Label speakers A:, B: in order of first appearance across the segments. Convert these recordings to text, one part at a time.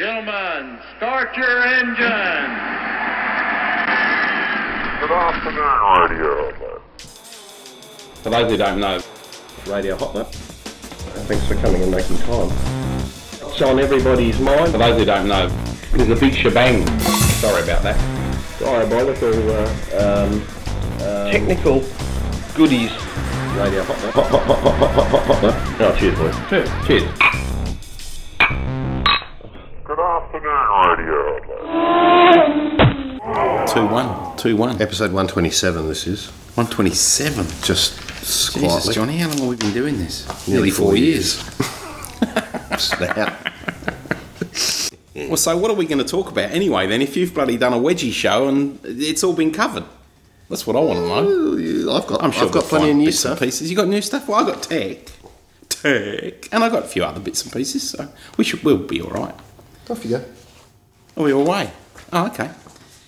A: Gentlemen, start your engines.
B: Good afternoon, Radio Hotler.
C: For those who don't know,
D: Radio Hotler. Thanks for coming and making time. It's on everybody's mind.
C: for those who don't know, there's a big shebang. Sorry about that.
D: Diabolical uh, um, technical goodies. Radio Hotler. Hot, hot, hot, hot, hot, hot, Hotler. Oh, cheers, boys.
C: Cheers.
B: Good afternoon, Radio Hotler.
E: 2 1. 2 1.
F: Episode 127, this is.
E: 127.
F: Just
E: Jesus,
F: slightly.
E: Johnny, how long have we been doing this?
F: Nearly
E: Nearly
F: four
E: four years.
F: Snout.
E: Well, so what are we going to talk about anyway then if you've bloody done a wedgie show and it's all been covered? That's what I want to know.
F: I've got,
E: I'm sure
F: I've got
E: we'll
F: plenty of
E: find
F: new
E: bits and
F: stuff.
E: pieces. You got new stuff? Well, I got tech. Tech. And I got a few other bits and pieces, so we should, we'll be all right.
F: Off you go.
E: Are we away? Oh, okay.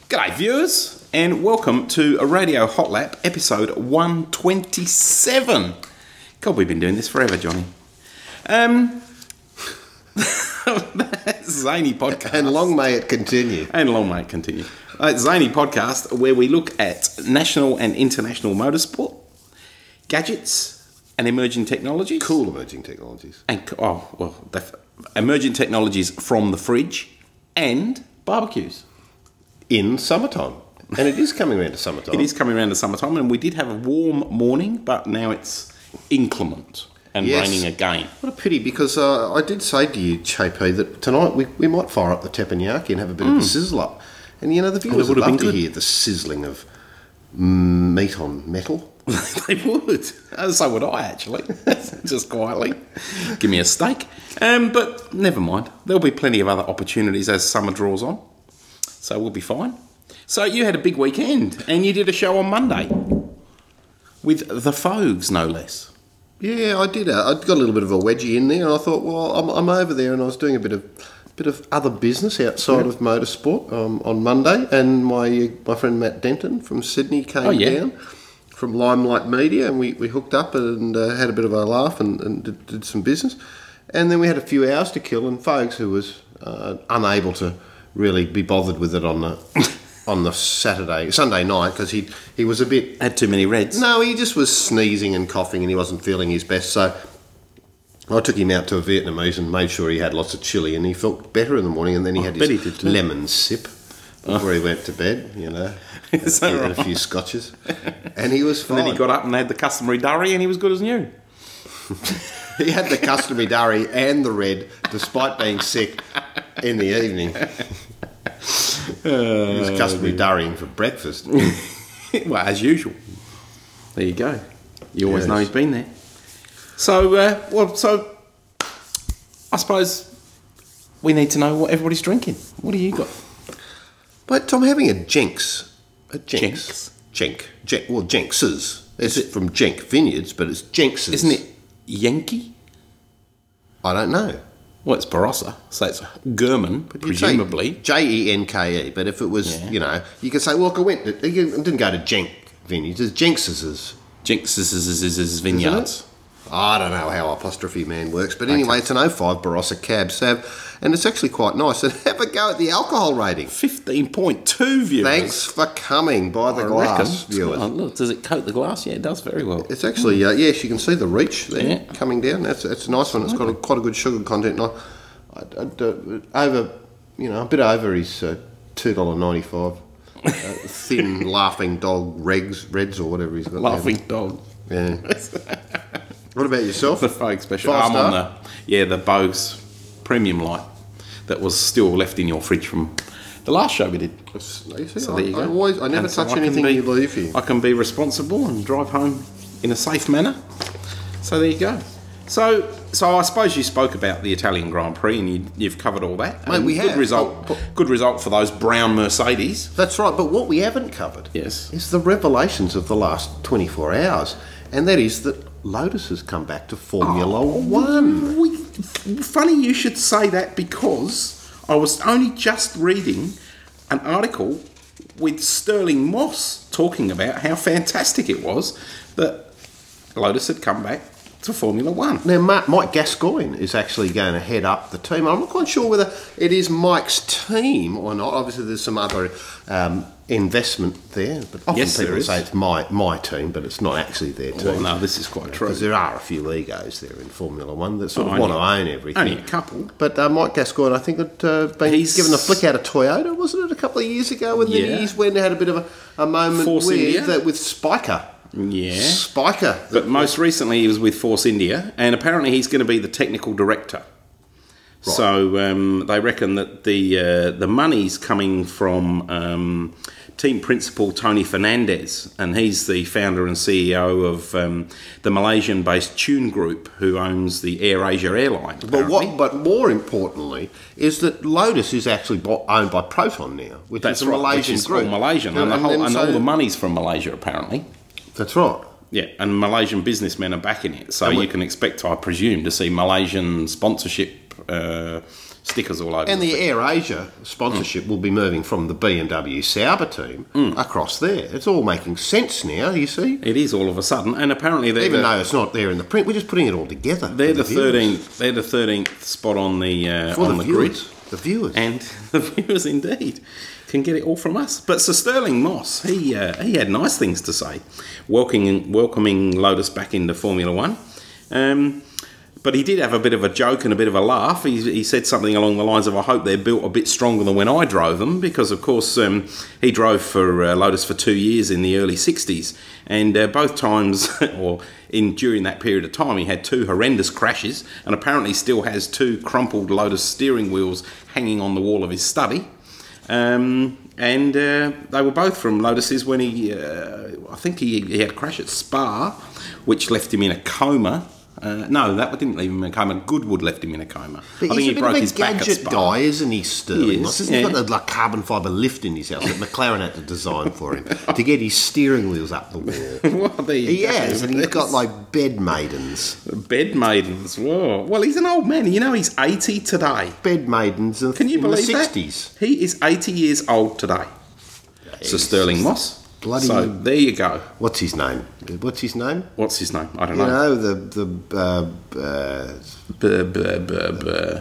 E: G'day, viewers, and welcome to a Radio Hot Lap episode 127. God, we've been doing this forever, Johnny. Um, that's zany podcast.
F: And long may it continue.
E: And long may it continue. Uh, Zany podcast where we look at national and international motorsport, gadgets, and emerging technology.
F: Cool emerging technologies.
E: And co- oh well, def- emerging technologies from the fridge and barbecues.
F: In summertime. And it is coming around to summertime.
E: It is coming around to summertime, and we did have a warm morning, but now it's inclement and
F: Yes.
E: raining again.
F: What a pity, because uh, I did say to you, JP, that tonight we, we might fire up the teppanyaki and have a bit of a sizzle up. And you know, the viewers
E: Mm. would
F: would
E: have
F: love
E: been
F: to
E: good.
F: hear the sizzling of mm, meat on metal.
E: they would. So would I, actually, just quietly. Give me a steak. Um, but never mind. There'll be plenty of other opportunities as summer draws on, so we'll be fine. So you had a big weekend, and you did a show on Monday with the Fogues, no less.
F: Yeah, I did. Uh, I got a little bit of a wedgie in there, and I thought, well, I'm, I'm over there, and I was doing a bit of bit of other business outside of motorsport um, on Monday, and my my friend Matt Denton from Sydney came
E: Oh, yeah.
F: down from Limelight Media, and we, we hooked up and uh, had a bit of a laugh and, and did, did some business, and then we had a few hours to kill, and folks who was uh, unable to really be bothered with it on the on the Saturday Sunday night because he he was a bit
E: Had too many reds.
F: no, he just was sneezing and coughing and he wasn't feeling his best. So I took him out to a Vietnamese and made sure he had lots of chili and he felt better in the morning and then he had
E: bet
F: his
E: he did too. Oh.
F: lemon sip before he went to bed, you know. had a
E: Is that
F: few- had a
E: right?
F: few scotches. And he was
E: And
F: fine.
E: then he got up and had the customary durry, and he was good as new.
F: He had the customary diary and the red despite being sick in the evening. he was customary diarying for breakfast.
E: Oh, well, as usual. There you go. You always
F: Yes.
E: know he's been there. So, uh, well, so I suppose we need to know what everybody's drinking. What do you got?
F: But Tom, having a Jenks, a Jenks,
E: Jenks?
F: Jenk, Jenk, well, Jenks's. It's from Jenk Vineyards, but it's Jenks's,
E: Isn't it Yankee?
F: I don't know.
E: Well, it's Barossa, so it's German,
F: You'd say
E: presumably.
F: J E N K E. But if it was,
E: Yeah.
F: you know, you could say, "Well, look, I went. I didn't go to Jenk Vineyards. It's Jenks's."
E: Jinx's Vineyards.
F: I don't know how apostrophe man works, but anyway, it's an 05 Barossa cab sab, and it's actually quite nice. And have a go at the alcohol rating.
E: 15.2 viewers.
F: Thanks for coming by the
E: I
F: glass,
E: reckon.
F: viewers.
E: Oh, look, does it coat the glass? Yeah, it does very well.
F: It's actually uh, yes, you can see the reach there
E: Yeah.
F: coming down. That's that's a nice one. It's got a, quite a good sugar content. And I, I, I, I- over, you know, a bit over his uh, two dollar ninety five. Uh, thin laughing dog regs reds or whatever he's got. there.
E: Laughing dog.
F: Yeah. what about yourself?
E: the Vogue special.
F: Five
E: I'm
F: star?
E: on the yeah the Vogue's premium light that was still left in your fridge from the last show we did.
F: You see,
E: So
F: I,
E: there you go.
F: I always I never
E: And so
F: touch
E: I can
F: anything
E: be-
F: you leave here.
E: I can be responsible and drive home in a safe manner. So there you go. So so I suppose you spoke about the Italian Grand Prix and you, you've covered all that.
F: Mate,
E: And
F: we
E: good
F: have.
E: result.
F: But-
E: good result for those brown Mercedes.
F: That's right. But what we haven't covered
E: Yes.
F: is the revelations of the last 24 hours, and that is that Lotus has come back to Formula
E: Oh.
F: One.
E: Um, We, funny you should say that because I was only just reading an article with Sterling Moss talking about how fantastic it was that Lotus had come back to Formula One.
F: Now, Ma- Mike Gascoigne is actually going to head up the team. I'm not quite sure whether it is Mike's team or not. Obviously, there's some other um, investment there, but often
E: Yes,
F: people
E: there is.
F: say it's my my team, but it's not actually their team.
E: Well, no, this is quite true.
F: Because there are a few Legos there in Formula One that sort of
E: Oh,
F: want
E: only-
F: to own everything.
E: only a couple.
F: But uh, Mike Gascoigne, I think, had uh, been
E: He's-
F: given a flick out of Toyota, wasn't it, a couple of years ago? And
E: Yeah.
F: then he's went and had a bit of a, a moment
E: Force
F: with,
E: India.
F: that with Spiker.
E: Yeah.
F: Spiker.
E: But most recently, he was with Force India, and apparently, he's going to be the technical director. So um, they reckon that the uh, the money's coming from um, team principal Tony Fernandez, and he's the founder and CEO of um, the Malaysian-based Tune Group, who owns the Air Asia airline.
F: But
E: apparently.
F: what? But more importantly, is that Lotus is actually bo- owned by Proton now, which
E: That's
F: is a
E: right,
F: Malaysian
E: which is
F: group.
E: all Malaysian, and, the whole,
F: then
E: and all
F: so-
E: the money's from Malaysia, apparently.
F: That's right.
E: Yeah, and Malaysian businessmen are backing it, so
F: And we-
E: you can expect, I presume, to see Malaysian sponsorship uh, stickers all over.
F: And the
E: thing.
F: Air Asia sponsorship will be moving from the BMW Sauber team
E: Mm.
F: across there. It's all making sense now. You see,
E: it is all of a sudden, and apparently they're
F: even
E: the,
F: though it's not there in the print, we're just putting it all together.
E: they're
F: for
E: the
F: viewers.
E: thirteenth, they're the thirteenth spot on the uh,
F: for
E: on
F: the,
E: the, grid,
F: viewers. The viewers.
E: and the viewers indeed can get it all from us. But Sir Sterling Moss, he uh, he had nice things to say, welcoming welcoming Lotus back into Formula One. Um, but he did have a bit of a joke and a bit of a laugh. He, he said something along the lines of, "I hope they're built a bit stronger than when I drove them," because of course um, he drove for uh, Lotus for two years in the early '60s, and uh, both times, or in during that period of time, he had two horrendous crashes, and apparently still has two crumpled Lotus steering wheels hanging on the wall of his study. Um, and uh, they were both from Lotuses when he, uh, I think he, he had a crash at Spa, which left him in a coma. Uh, no, that didn't leave him in a coma. Goodwood left him in a coma. I
F: But
E: think
F: he's a
E: he
F: bit
E: broke
F: of a
E: his back at
F: gadget
E: Spa.
F: guy, isn't he, Sterling?
E: He
F: He
E: is,
F: He's got
E: yeah.
F: that like, carbon fibre lift in his house that McLaren had to design for him to get his steering wheels up the wall.
E: well, there you
F: He
E: go.
F: has, and he's got
E: There's
F: like bed maidens,
E: bed maidens. Whoa. Well, he's an old man. You know, he's eighty today.
F: bed maidens. In,
E: Can you
F: in
E: believe
F: the
E: that?
F: sixties?
E: He is eighty years old today. Sir Sterling Moss.
F: bloody-
E: So there you go.
F: What's his name? What's his name?
E: What's his name? I don't
F: You
E: know.
F: know the the uh, uh,
E: Buh, buh, buh, buh.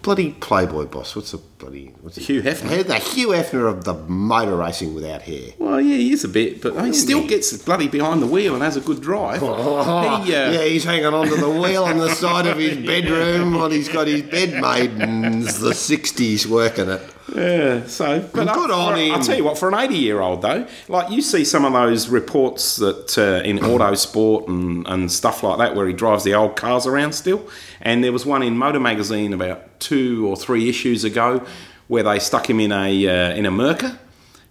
F: bloody Playboy boss. What's the bloody what's his-
E: Hugh Hefner.
F: The Hugh Hefner of the motor racing without hair.
E: Well, yeah, he is a bit, but he still gets bloody behind the wheel and has a good drive. He, uh,
F: Oh, Ah, yeah, he's hanging onto the wheel on the side of his bedroom while he's got his bed maidens, the 60s, working it.
E: Yeah, so but I,
F: Good on
E: for-
F: him.
E: I'll tell you what, for an eighty-year-old though, like you see some of those reports that uh, in Autosport and and stuff like that, where he drives the old cars around still. And there was one in Motor Magazine about two or three issues ago, where they stuck him in a uh, in a Merca.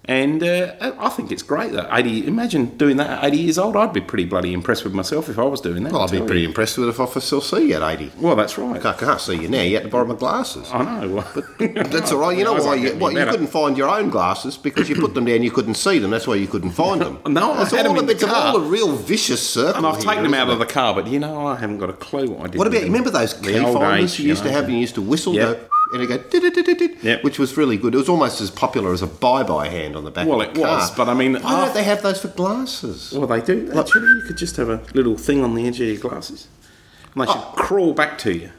E: And uh, I think it's great that eighty. Imagine doing that at eighty years old. I'd be pretty bloody impressed with myself if I was doing that.
F: Well,
E: I
F: I'd be
E: tell
F: pretty
E: you.
F: impressed with it if I could still see you at 80.
E: Well, that's right.
F: I can't see you now. You had to borrow my glasses.
E: I know.
F: That's all right. You know
E: Otherwise
F: why?
E: I'd get
F: You,
E: any
F: what, you
E: better.
F: couldn't find your own glasses because you put them down. You couldn't see them. That's why you couldn't find them.
E: No, I've
F: it's
E: had
F: all
E: 'em in
F: a,
E: the
F: it's all
E: car.
F: a real vicious circle.
E: And I've
F: here,
E: taken them
F: isn't
E: out of
F: it?
E: the car, but you know, I haven't got a clue what I did.
F: What
E: with
F: about you
E: them.
F: remember those
E: The
F: key
E: old
F: finders
E: age,
F: you used
E: know.
F: to have? and You used to whistle
E: Yep.
F: go, and it go, "Did, did, did, did,"
E: Yep.
F: which was really good. It was almost as popular as a bye-bye hand on the back.
E: Well,
F: of
E: it
F: the
E: was,
F: car.
E: but I mean,
F: why
E: af-
F: don't they have those for glasses?
E: Well, they do. Actually, you could just have a little thing on the edge of your glasses, and they should
F: Oh.
E: crawl back to you.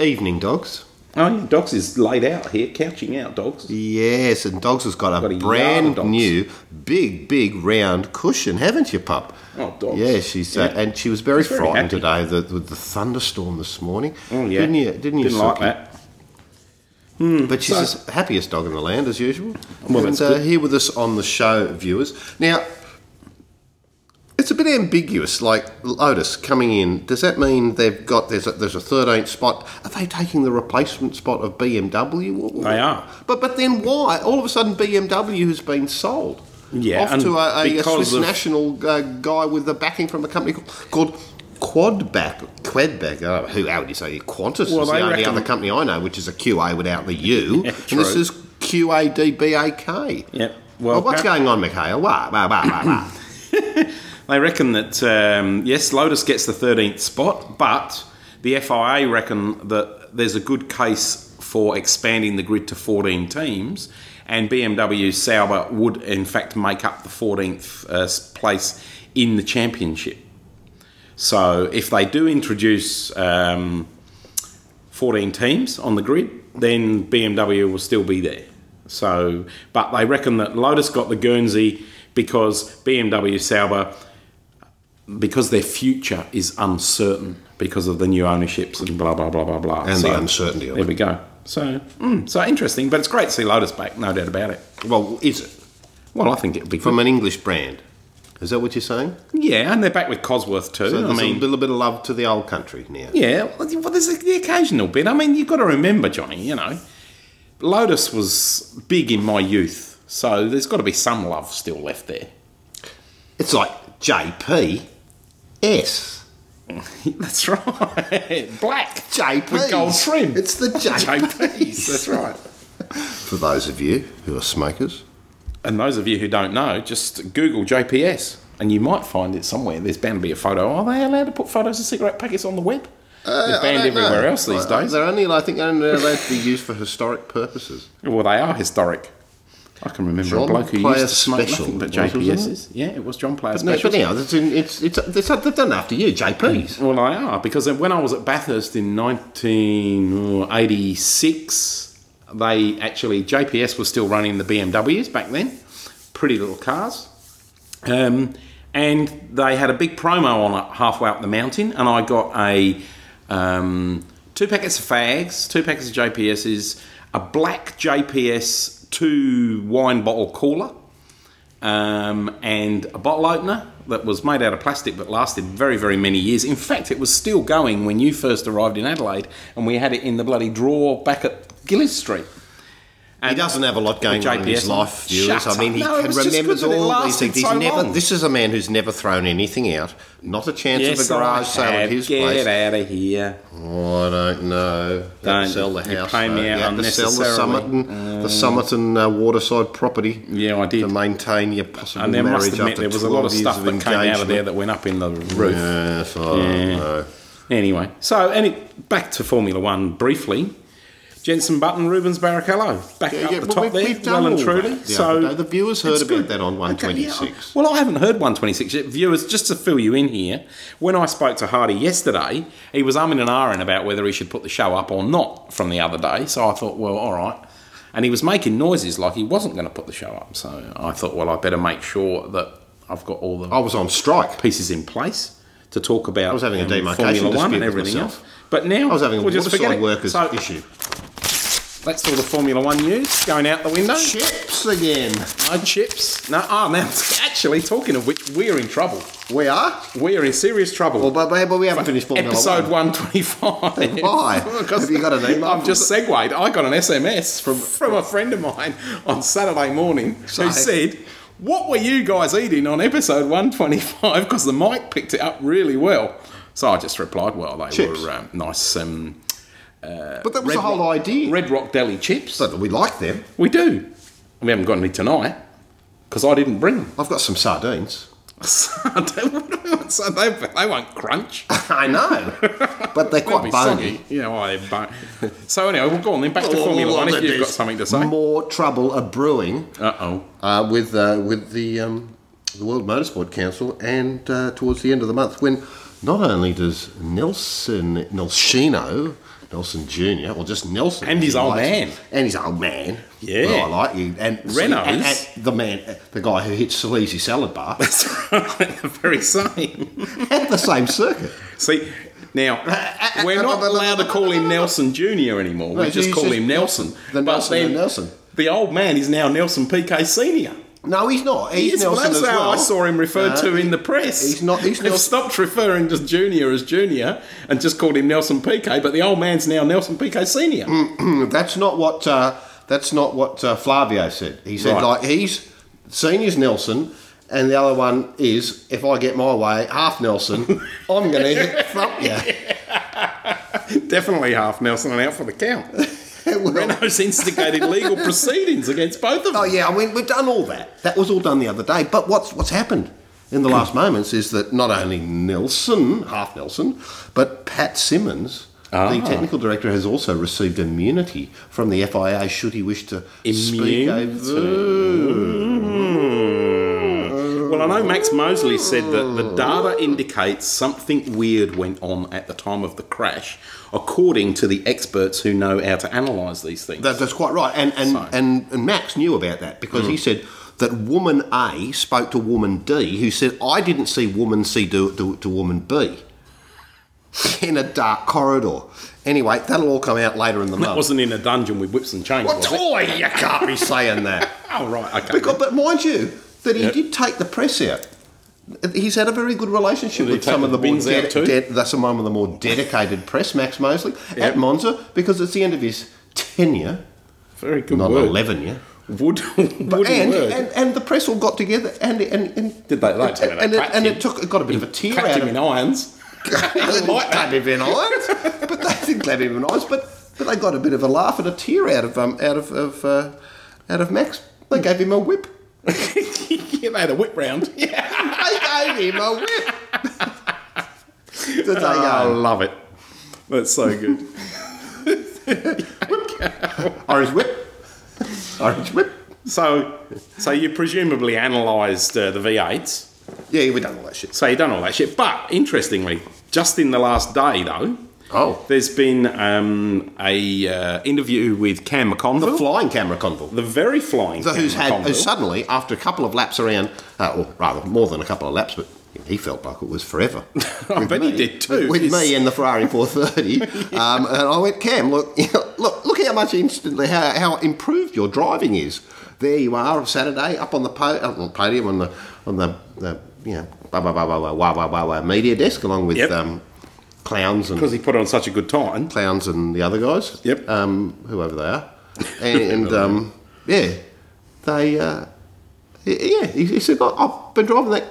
F: Evening dogs.
E: Oh, yeah, dogs is laid out here, couching out dogs.
F: Yes, and dogs has got a
E: Got a yard of
F: brand
E: dogs.
F: new, big, big round cushion, haven't you, pup?
E: Oh, dogs.
F: Yeah, she's uh,
E: Yeah.
F: and she was very
E: She's very
F: frightened
E: happy.
F: today the, with the thunderstorm this morning.
E: Oh, yeah.
F: didn't you? Didn't you?
E: like
F: Suki?
E: that.
F: Mm, But she's
E: So-
F: the happiest dog in the land, as usual.
E: Well,
F: and
E: that's
F: uh,
E: good.
F: here with us on the show, viewers. Now, it's a bit ambiguous. Like Lotus coming in, does that mean they've got there's a, there's a 13th spot? Are they taking the replacement spot of BMW? Or-
E: They are.
F: But but then why? All of a sudden, BMW has been sold.
E: Yeah,
F: off
E: and
F: to a, a, a
E: because
F: Swiss
E: of-
F: national uh, guy with the backing from a company called. Quadback, Quadback, uh, who, how would you say, Qantas
E: Well,
F: is the
E: they
F: only
E: reckon-
F: other company I know which is a QA without the U. and this
E: true.
F: is Q A D B A K.
E: Yep.
F: Well,
E: Well,
F: what's
E: appa-
F: going on, Mikhail? Wah, wah, wah, wah, wah.
E: They reckon that um, yes, Lotus gets the thirteenth spot, but the FIA reckon that there's a good case for expanding the grid to fourteen teams, and BMW Sauber would in fact make up the fourteenth uh, place in the championship. So if they do introduce um, 14 teams on the grid, then BMW will still be there. So, but they reckon that Lotus got the Guernsey because BMW Sauber, because their future is uncertain because of the new ownerships and blah blah blah blah blah.
F: And the uncertainty of
E: There
F: it.
E: we go. So, mm, so interesting, but it's great to see Lotus back, no doubt about it.
F: Well, is it?
E: Well, I think it'll be
F: From
E: good.
F: an English brand. Is that what you're saying?
E: Yeah, and they're back with Cosworth too.
F: So
E: I
F: there's
E: mean,
F: a little bit of love to the old country now.
E: Yeah, well, there's the occasional bit. I mean, you've got to remember, Johnny, you know, Lotus was big in my youth, so there's got to be some love still left there.
F: It's like JPS.
E: That's right. Black.
F: JPs.
E: With gold trim.
F: It's the JPs.
E: JPs, that's right.
F: For those of you who are smokers,
E: And those of you who don't know, just Google JPS and you might find it somewhere. There's bound to be a photo. Are they allowed to put photos of cigarette packets on the web? They're
F: I
E: banned
F: don't know.
E: everywhere else these
F: I-
E: days.
F: They're only, I think, they're only allowed to be used for historic purposes.
E: Well, they are historic. I can remember a
F: John
E: bloke who
F: Player
E: used to smoke
F: Special,
E: nothing but
F: was it, wasn't it?
E: JPSs. Yeah, it was John Player
F: No,
E: Special.
F: but now it's, in- it's, it's, it's they're done after you, JPs.
E: Well, they are because when I was at Bathurst in 1986, they actually JPS was still running the BMWs back then, pretty little cars, um, and they had a big promo on it halfway up the mountain, and I got a um, two packets of fags, two packets of JPSs, a black JPS two wine bottle cooler um, and a bottle opener that was made out of plastic but lasted very, very many years. In fact, it was still going when you first arrived in Adelaide, and we had it in the bloody drawer back at Gillis Street. And
F: He doesn't have a lot going on in his
E: JPS.
F: life, viewers.
E: Shut
F: I mean,
E: up.
F: he
E: No, it
F: can
E: was just
F: remembers
E: good that it
F: all these
E: lasted
F: things. He's
E: so
F: never.
E: long.
F: This is a man who's never thrown anything out. Not a chance of
E: Yes,
F: a garage
E: I
F: sale at
E: have.
F: his
E: Get
F: place.
E: out of here.
F: Oh, I don't know. They had to
E: Don't.
F: sell the
E: You
F: house.
E: pay me
F: though.
E: out
F: you had to sell the
E: unnecessarily.
F: Summerton, the Summerton uh, waterside property.
E: Yeah, I did.
F: To maintain your possible
E: And there
F: marriage
E: must admit
F: after
E: there was a lot
F: 12
E: of
F: years
E: stuff that came out of there
F: engagement.
E: that went up in the roof.
F: Yes, I don't
E: Yeah.
F: know.
E: Anyway, so and it, back to Formula One briefly. Jensen Button, Rubens Barrichello, back
F: Yeah,
E: up
F: yeah,
E: the
F: well,
E: top
F: we've-
E: there,
F: we've done
E: well and
F: all that
E: truly.
F: the
E: so
F: other day. The viewers heard
E: it's
F: about
E: good.
F: that on 126.
E: Okay, yeah. Well, I haven't heard 126 yet. Viewers, just to fill you in here, when I spoke to Hardy yesterday, he was umming and ahhing about whether he should put the show up or not from the other day. So I thought, well, all right. And he was making noises like he wasn't going to put the show up. So I thought, well, I better make sure that I've got all the
F: I was on strike.
E: pieces in place to talk about. I
F: was having a demarcation
E: Formula One and
F: dispute with
E: everything
F: myself.
E: else. But now
F: I was having a
E: we'll just forget
F: waterside
E: it.
F: workers
E: so,
F: issue.
E: That's all the Formula One news going out the window.
F: Chips again.
E: No chips. No. Ah, now actually, talking of which, we're in trouble.
F: We are.
E: We are in serious trouble.
F: Well, but, but we haven't finished Formula
E: Episode
F: One.
E: one twenty-five.
F: Why? Have you got an email?
E: I've just segued. I got an SMS from from a friend of mine on Saturday morning
F: Say.
E: who said, "What were you guys eating on episode one twenty-five? Because the mic picked it up really well." So I just replied, "Well, they
F: Chips.
E: were um, nice." Um,
F: But that was
E: Red
F: the whole
E: Rock-
F: idea.
E: Red Rock Deli chips.
F: So we like them.
E: We do. We haven't got any tonight because I didn't bring them.
F: I've got some sardines.
E: so they, they won't crunch.
F: I know, but they're
E: They'll
F: quite
E: be
F: bony.
E: soggy. Yeah, well, they're bone. So anyway, we'll go on then back to
F: Oh,
E: Formula One if
F: that
E: you've got
F: is
E: something to say.
F: More trouble a brewing
E: Uh oh.
F: uh, with uh, with the um, the World Motorsport Council, and uh, towards the end of the month, when not only does Nelson Nelsino Nelson Junior, or just Nelson,
E: And
F: if
E: his
F: you
E: old
F: like,
E: man.
F: and his old man,
E: Yeah.
F: well, I like you, and see,
E: Renault's.
F: and- and the man, the guy who hits Salisi salad bar
E: That's right, the very same.
F: at the same circuit.
E: See, now, we're not allowed to call him Nelson Jr. anymore.
F: No,
E: We just
F: he's
E: call
F: just
E: him Nelson.
F: The
E: But
F: Nelson, the
E: then
F: Nelson.
E: The old man is now Nelson PK Sr.
F: No, he's not. He's
E: Yes, well,
F: Nelson
E: that's
F: as
E: how
F: well. Uh,
E: I saw him referred
F: No,
E: to in the press.
F: he's not- he's
E: They've
F: Nelson-
E: stopped referring to Junior as Junior and just called him Nelson PK, but the old man's now Nelson PK Senior.
F: That's not what. Uh, that's not what uh, Flavio said. He said
E: Right.
F: like he's senior's Nelson, and the other one is if I get my way, half Nelson. I'm going to thump you.
E: Definitely half Nelson and out for the count.
F: Well,
E: Renault's instigated legal proceedings against both of them.
F: oh yeah, I mean we've done all that. That was all done the other day. But what's what's happened in the last moments is that not only Nelson, half Nelson, but Pat Simmons. The
E: Ah.
F: technical director has also received immunity from the FIA should he wish to
E: Immunity.
F: speak over.
E: Mm. Well, I know Max Mosley said that the data indicates something weird went on at the time of the crash, according to the experts who know how to analyse these things.
F: That, that's quite right. And and,
E: So-
F: and and Max knew about that because
E: Hmm.
F: he said that woman A spoke to woman D, who said, "I didn't see woman C do it to, to woman B in a dark corridor." Anyway, that'll all come out later in the
E: That
F: month.
E: wasn't in a dungeon with whips and chains, was it?
F: Toy, you can't be saying that.
E: Oh, right, okay.
F: Because, but mind you, that he
E: Yep.
F: did take the press out. He's had a very good relationship
E: Did he
F: with some
E: take
F: of the
E: the
F: more
E: bins out
F: ded-
E: too?
F: ded- that's some of the more dedicated press, Max Mosley,
E: Yep.
F: at Monza, because it's the end of his tenure,
E: Very good
F: not
E: word.
F: eleven year.
E: Wood, wooden
F: But and,
E: word.
F: and and the press all got together and and, and
E: Did they? They
F: and,
E: did, they
F: and, it,
E: clapped
F: and
E: him.
F: it took it got a bit of a tear
E: Clapped
F: out
E: him
F: of
E: in irons.
F: They
E: like that.
F: clapped him in irons, but they didn't clap him in irons. But but they got a bit of a laugh and a tear out of um out of of uh, out of Max. They gave him a whip.
E: yeah, they had a whip round. Yeah.
F: they gave him a whip. Did they
E: I
F: go?
E: love it. That's so good.
F: Orange whip. Orange whip.
E: so, so you presumably analysed uh, the V8s.
F: Yeah, we done all that shit.
E: So you done all that shit. But interestingly, just in the last day though,
F: Oh,
E: there's been um, a uh, interview with Cam
F: the
E: McConville,
F: flying camera convoy.
E: the very flying.
F: So
E: Cam
F: who's had
E: McConville.
F: who suddenly after a couple of laps around, uh, or rather more than a couple of laps, but he felt like it was forever.
E: I bet he did too.
F: With
E: It's-
F: me in the Ferrari 430, um, and I went, Cam, look, look, look how much instantly how, how improved your driving is. There you are on Saturday, up on the, po- up on the podium on the on the, the you know blah blah blah blah blah blah blah, blah, blah media desk along with
E: Yep.
F: um, clowns and
E: because he put on such a good time.
F: clowns and the other guys.
E: Yep.
F: Um, whoever they are, and um, yeah, they uh, y- yeah. He, he said, "Look, I've been driving that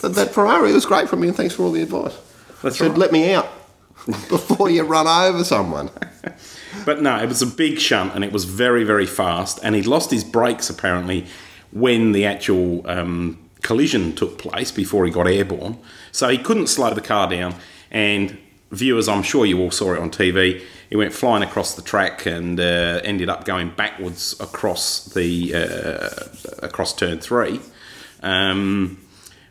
F: that- that Ferrari. It was great for me, and thanks for all the advice.
E: That's
F: said,
E: right.
F: let me out before you run over someone.
E: But no, it was a big shunt and it was very, very fast. And he lost his brakes apparently when the actual um, collision took place before he got airborne. So he couldn't slow the car down. And viewers, I'm sure you all saw it on TV. He went flying across the track and uh, ended up going backwards across the uh, across turn three. Um,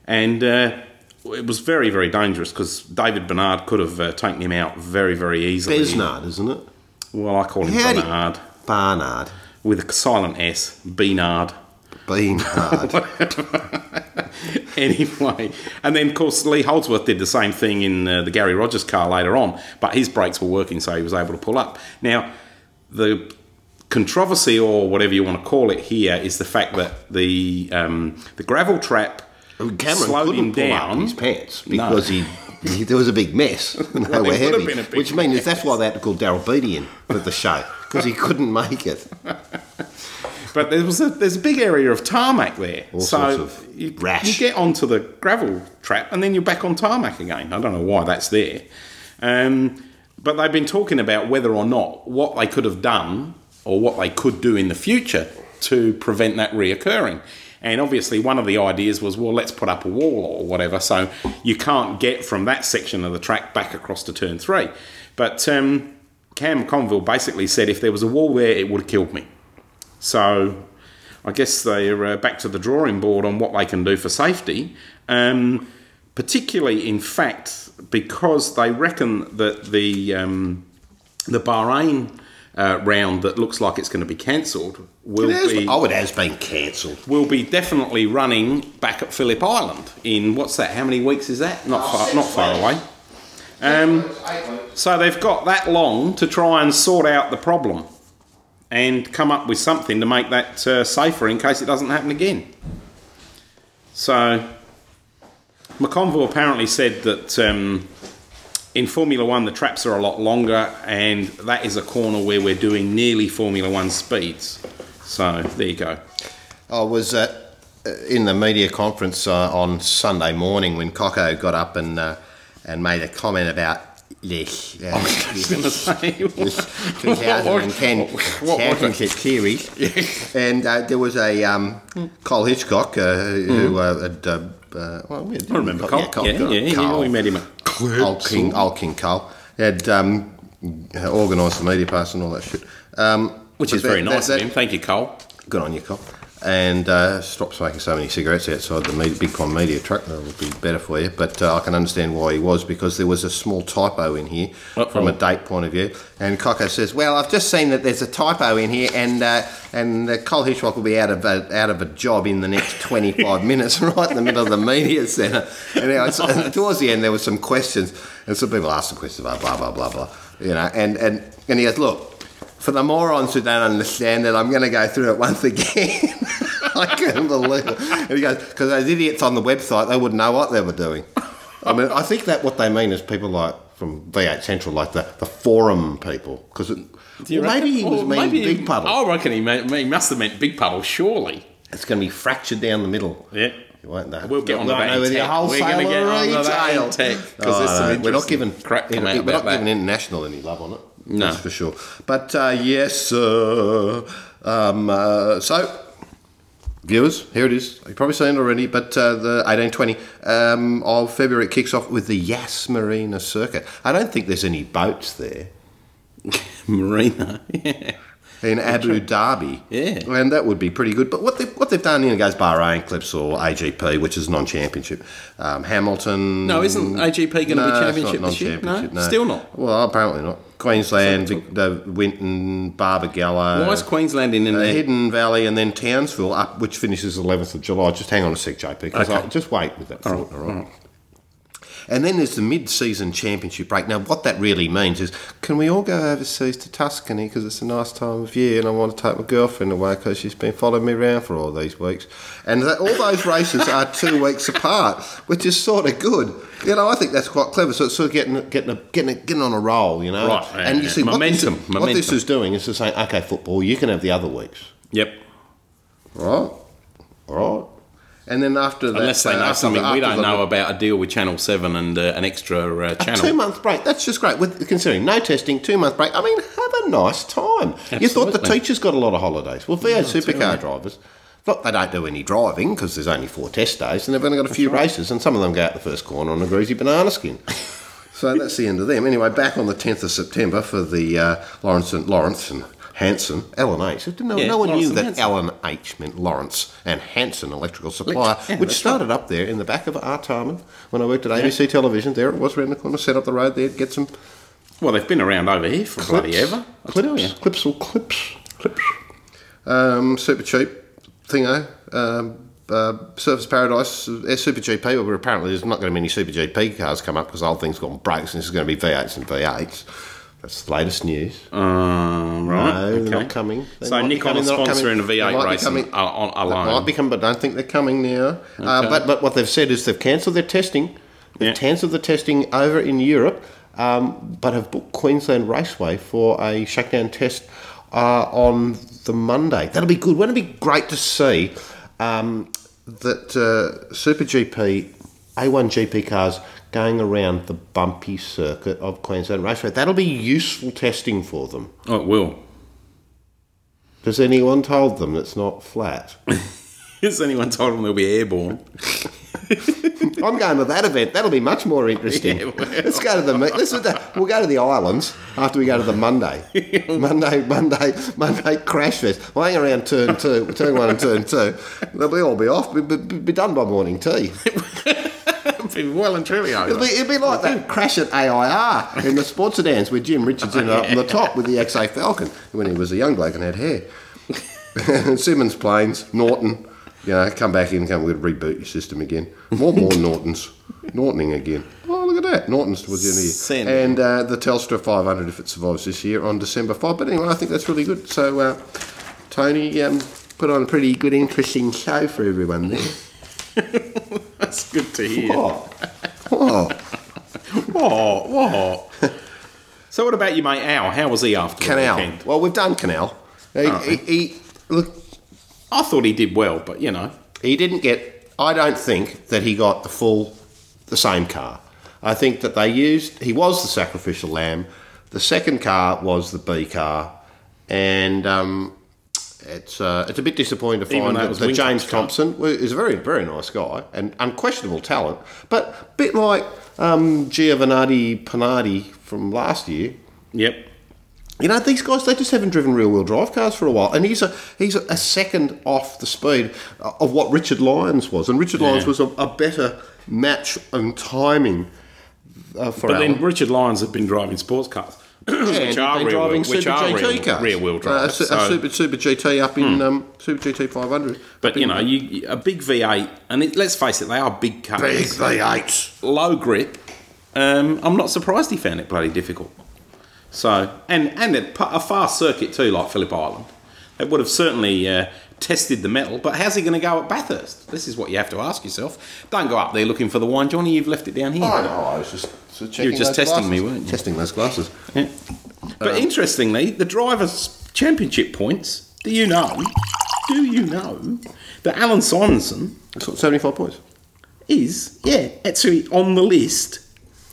E: and uh, it was very, very dangerous because David Bernard could have uh, taken him out very, very easily.
F: Besnard, isn't it?
E: Well, I call him
F: Howdy.
E: Bernard
F: Barnard,
E: with a silent S, Beanard.
F: Beanard.
E: anyway, and then of course Lee Holdsworth did the same thing in uh, the Gary Rogers car later on, but his brakes were working, so he was able to pull up. Now, the controversy or whatever you want to call it here is the fact that the um, the gravel trap
F: Oh, Cameron
E: slowed
F: couldn't
E: him
F: pull
E: down.
F: up his pants
E: No.
F: because he, he- there was a big mess. and They
E: Well, there would
F: were
E: have
F: heavy,
E: been a big
F: which means that's why they had to call Daryl Beatty in for the show because he couldn't make it.
E: But there was a, there's a big area of tarmac there,
F: All
E: so
F: sorts of
E: you,
F: rash.
E: you get onto the gravel trap and then you're back on tarmac again. I don't know why that's there, um, but they've been talking about whether or not what they could have done or what they could do in the future to prevent that reoccurring. And obviously, one of the ideas was, well, let's put up a wall or whatever, so you can't get from that section of the track back across to turn three. But um, Cam Conville basically said if there was a wall there, it would have killed me. So I guess they're uh, back to the drawing board on what they can do for safety, um, particularly in fact because they reckon that the um, the Bahrain uh, round that looks like it's going to be cancelled will
F: It has-
E: be
F: oh, it has been cancelled.
E: will be definitely running back at Phillip Island in what's that? How many weeks is that? Not far, not far away. Um, so they've got that long to try and sort out the problem and come up with something to make that uh, safer in case it doesn't happen again. So McConville apparently said that um, in Formula One the traps are a lot longer, and that is a corner where we're doing nearly Formula One speeds. So there you go.
F: I was uh, in the media conference uh, on Sunday morning when Coco got up and uh, and made a comment about yes, uh,
E: going to say. What,
F: 2010 Champion Series. And uh, there was a um, Cole Hitchcock uh, who uh, had. Uh, uh, well, we had-
E: Mm-hmm. I remember Cole. Yeah, yeah, he- we met him at
F: Old King, old King Cole. He had um, organised the media pass and all that shit. Um,
E: Which
F: but
E: is very
F: that-
E: nice
F: that-
E: of him. Thank you, Cole.
F: Good on you, Cole. and uh, stop smoking so many cigarettes outside the media, Big Pond Media truck. That would be better for you. But uh, I can understand why he was because there was a small typo in here from a date point of view. And Coco says, "Well, I've just seen that there's a typo in here, and uh, and uh, Cole Hitchcock will be out of a, out of a job in the next 25 minutes, right in the middle of the media centre." And, I was- and towards the end, there were some questions, and some people asked some questions about blah blah blah blah, you know. And and and he goes, "Look." For the morons who don't understand it, I'm going to go through it once again. I couldn't believe it. And he goes, because those idiots on the website, they wouldn't know what they were doing. I mean, I think that what they mean is people like from V8 Central, like the, the forum people, because maybe he was meaning big puddle.
E: I reckon he, meant, he must have meant big puddle, surely.
F: It's going to be fractured down the middle.
E: Yeah.
F: You won't know.
E: We'll get on
F: We'll
E: to that
F: know
E: in
F: whether you're
E: tech. We're gonna
F: wholesale
E: get
F: or
E: on to that in
F: retail.
E: tech, 'cause there's some
F: Oh, we're not
E: interesting
F: giving
E: crap come out
F: We're not
E: about
F: giving
E: that.
F: international any love on it.
E: No.
F: that's for sure. But uh, yes, sir. Um, uh, so viewers, here it is. You've probably seen it already, but uh, the 1820 um, of February it kicks off with the Yas Marina Circuit. I don't think there's any boats there
E: Marina. Yeah.
F: in Abu Dhabi.
E: Yeah.
F: and that would be pretty good. But what they what they've done in goes Bahrain Clips or AGP, which is non-championship. Um, Hamilton.
E: No, isn't AGP gonna be
F: No, it's
E: championship
F: not
E: this year?
F: non-championship,
E: No? Still not?
F: Well, apparently not. Queensland, Vic, uh, Winton, Barbagallo.
E: Why is Queensland in, in
F: Uh,
E: there?
F: Hidden Valley and then Townsville, up, which finishes 11th of July. Just hang on a sec, JP, because
E: Okay.
F: I'll just wait with that. thought, all right?
E: all right.
F: And then there's the mid-season championship break. Now, what that really means is, can we all go overseas to Tuscany because it's a nice time of year, and I want to take my girlfriend away because she's been following me around for all these weeks. And that, all those races are two weeks apart, which is sort of good. You know, I think that's quite clever. So it's sort of getting getting a, getting a, getting on a roll, you know.
E: Right,
F: And
E: yeah,
F: you
E: yeah.
F: see what this-
E: Momentum,
F: What this
E: momentum.
F: is doing is to say, okay, football, you can have the other weeks.
E: Yep.
F: Right. Right. And then after that,
E: Unless they
F: uh,
E: know
F: after
E: something
F: the-
E: we
F: after
E: don't
F: the-
E: know about a deal with Channel 7 and uh, an extra uh,
F: A two
E: channel.
F: month break. That's just great. With considering no testing, two month break. I mean, have a nice time. You thought the
E: Absolutely.
F: teachers got a lot of holidays. Well, VO supercar drivers, look, they don't do any driving because there's only four test days, and they've only got a few races, and some of them go out the first corner on a greasy banana skin. so that's the end of them. Anyway, back on the 10th of September for the uh, Lawrence and Lawrence and Hanson, LNH. I didn't know,
E: Yeah,
F: no one
E: Lawrence
F: knew
E: and
F: that
E: Hanson.
F: LNH meant Lawrence and Hanson Electrical Supplier,
E: yeah,
F: which
E: that's
F: started up there in the back of our Tarman when I worked at ABC Television. There it was round the corner, set up the road there, get some
E: Well, they've been around over here for bloody
F: clips.
E: ever. I tell
F: Clips,
E: you.
F: clips or clips, clips. Um, super cheap thingo. Um, uh, Surface Paradise, uh, Super GP, where apparently there's not going to be any Super GP cars come up because the whole thing's gone broke, and this is going to be V8s and V8s. That's the latest news.
E: Um, right.
F: No,
E: okay.
F: they're not coming. They
E: so
F: might be
E: Nikon
F: coming,
E: is
F: they're not
E: sponsoring
F: coming.
E: the
F: They might
E: V8
F: be
E: racing
F: coming.
E: al- on-
F: They might
E: alone.
F: be coming, but I don't think they're coming now. Uh, but but what they've said is they've cancelled their testing. They've
E: Yeah.
F: cancelled the testing over in Europe, um, but have booked Queensland Raceway for a shakedown test uh, on the Monday. That'll be good. Wouldn't it be great to see um, that uh, Super GP, A1 GP cars going around the bumpy circuit of Queensland Raceway? That'll be useful testing for them.
E: oh, it will.
F: Has anyone told them it's not flat?
E: Has anyone told them they'll be airborne?
F: I'm going to that event. That'll be much more interesting.
E: Yeah, well.
F: Let's go to the. Let's, we'll go to the islands after we go to the Monday. Monday, Monday, Monday crash fest. We'll hang around turn two, turn one, and turn two. They'll be all be off. Be, be, be done by morning tea.
E: It'll be well and truly
F: It'll
E: over.
F: be, it'll be like that crash at AIR in the Sports Dance where Jim Richards ended up on the top with the XA Falcon when he was a young bloke and had hair. Simmons planes, Norton, you know, come back in, come, we're going to reboot your system again. More, more Nortons, Nortoning again. Oh, look at that. Norton's towards the end of
E: Send
F: the
E: it.
F: year. And uh, the Telstra 500, if it survives this year, on December 5. But anyway, I think that's really good. So, uh, Tony um, put on a pretty good, interesting show for everyone there.
E: That's good to hear.
F: Oh, oh.
E: What? What? so what about your mate Al? How was he after
F: Canal.
E: the weekend?
F: Well, we've done Canal. He, he, he, look,
E: I thought he did well, but you know,
F: he didn't get. I don't think that he got the full, the same car. I think that they used. He was the sacrificial lamb. The second car was the B car, and um, it's uh, it's a bit disappointing to
E: Even
F: find
E: though it
F: that,
E: was
F: that
E: Wincomb's
F: James
E: car.
F: Thompson wa- is a very very nice guy and unquestionable talent, but a bit like um, Giovanni Panardi from last year.
E: yep.
F: You know, these guys, they just haven't driven real wheel drive cars for a while. And he's a he's a second off the speed uh, of what Richard Lyons was. And Richard Lyons was a, a better match and timing uh, for
E: But
F: Alan.
E: then Richard Lyons had been driving sports cars,
F: and
E: which
F: they've
E: are
F: been
E: rear
F: driving
E: wheel, which
F: Super
E: are
F: GT
E: rear,
F: cars.
E: rear wheel drives.
F: Uh, a su- a,
E: so- Hmm.
F: super, super GT up in um, Super GT 500.
E: but you know, you, a big V8, and it, let's face it, they are big cars.
F: Big V8.
E: low grip. Um, I'm not surprised he found it bloody difficult. So, and and a, pa- a fast circuit too, like Phillip Island. They would have certainly uh, tested the metal, but how's he going to go at Bathurst? This is what you have to ask yourself. Don't go up there looking for the wine, Johnny. You've left it down here.
F: I know, I was just so checking
E: You were just
F: those
E: testing
F: glasses.
E: me, weren't you?
F: Testing those glasses.
E: Yeah.
F: Uh,
E: But interestingly, the drivers' championship points. Do you know? Do you know that Alan Simonson
F: It's got 75 points.
E: is yeah actually on the list?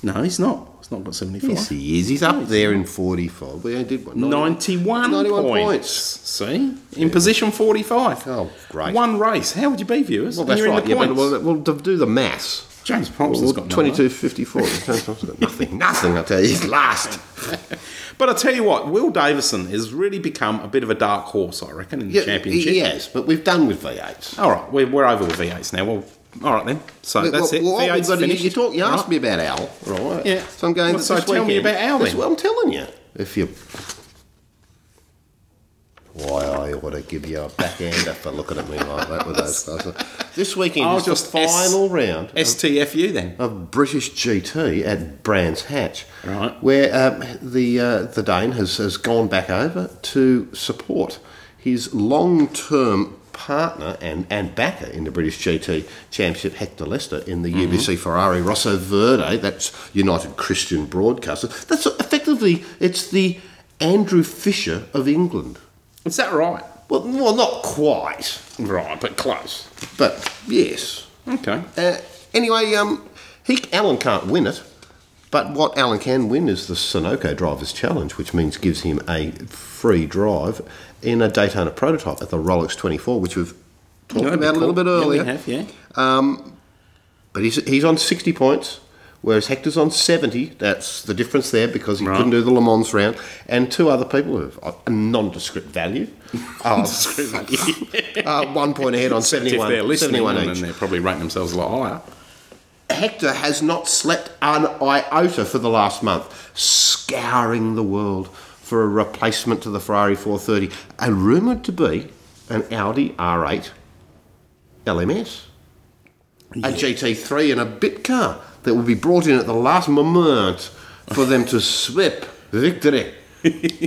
E: No, he's not. He's not got seventy-five.
F: he is. He's up there in 45. We only did one.
E: 91,
F: 91
E: points.
F: points.
E: See? In position 45.
F: Oh, great.
E: One race. How would you be, viewers?
F: Well, that's
E: You're in
F: right.
E: the
F: Yeah, but
E: points.
F: we'll, we'll do do the maths.
E: James Thompson's
F: Well,
E: got no
F: 2254. James Thompson's got nothing. Nothing, I tell you. He's last.
E: But I tell you what, Will Davison has really become a bit of a dark horse, I reckon, in the championship.
F: He has, but we've done with V8s.
E: All right, we're, we're over with V8s now. Well, all right then. So that's it.
F: Well,
E: V8's
F: we've got to-
E: finished.
F: you, talk, you asked
E: Right.
F: me about Al, right?
E: Yeah.
F: So I'm going,
E: Well, so
F: this
E: tell me
F: weekend-
E: about Al
F: That's
E: then.
F: what I'm telling you. If you... Why I ought to give you a backhander for looking at me like that with those glasses. This weekend
E: I'll
F: is
E: just
F: the final round of
E: STFU then.
F: of British GT at Brands Hatch,
E: Right.
F: where um, the uh, the Dane has, has gone back over to support his long term partner and, and backer in the British GT Championship, Hector Lester,
E: Mm-hmm.
F: in the UBC Ferrari Rosso Verde. That's United Christian Broadcasters. That's effectively it's the Andrew Fisher of England.
E: Is that right?
F: Well, well, not quite,
E: Right, but close.
F: but yes.
E: Okay.
F: Uh, anyway, um, he Alan can't win it, but what Alan can win is the Sunoco Drivers Challenge, which means gives him a free drive in a Daytona prototype at the Rolex 24, which we've talked
E: No,
F: about a little bit
E: cool.
F: earlier.
E: Yeah, we have, yeah.
F: But he's, he's on 60 points, whereas Hector's on 70. That's the difference there because he couldn't do the Le Mans round. And two other people who have a nondescript value. nondescript uh, one point ahead on
E: if they're
F: 71,
E: listening,
F: 71
E: and
F: each.
E: they're probably rating themselves a lot higher.
F: Hector has not slept an iota for the last month, scouring the world for a replacement to the Ferrari 430, and rumoured to be an Audi R8 LMS, a GT3, and a bit car that will be brought in at the last moment for them to sweep victory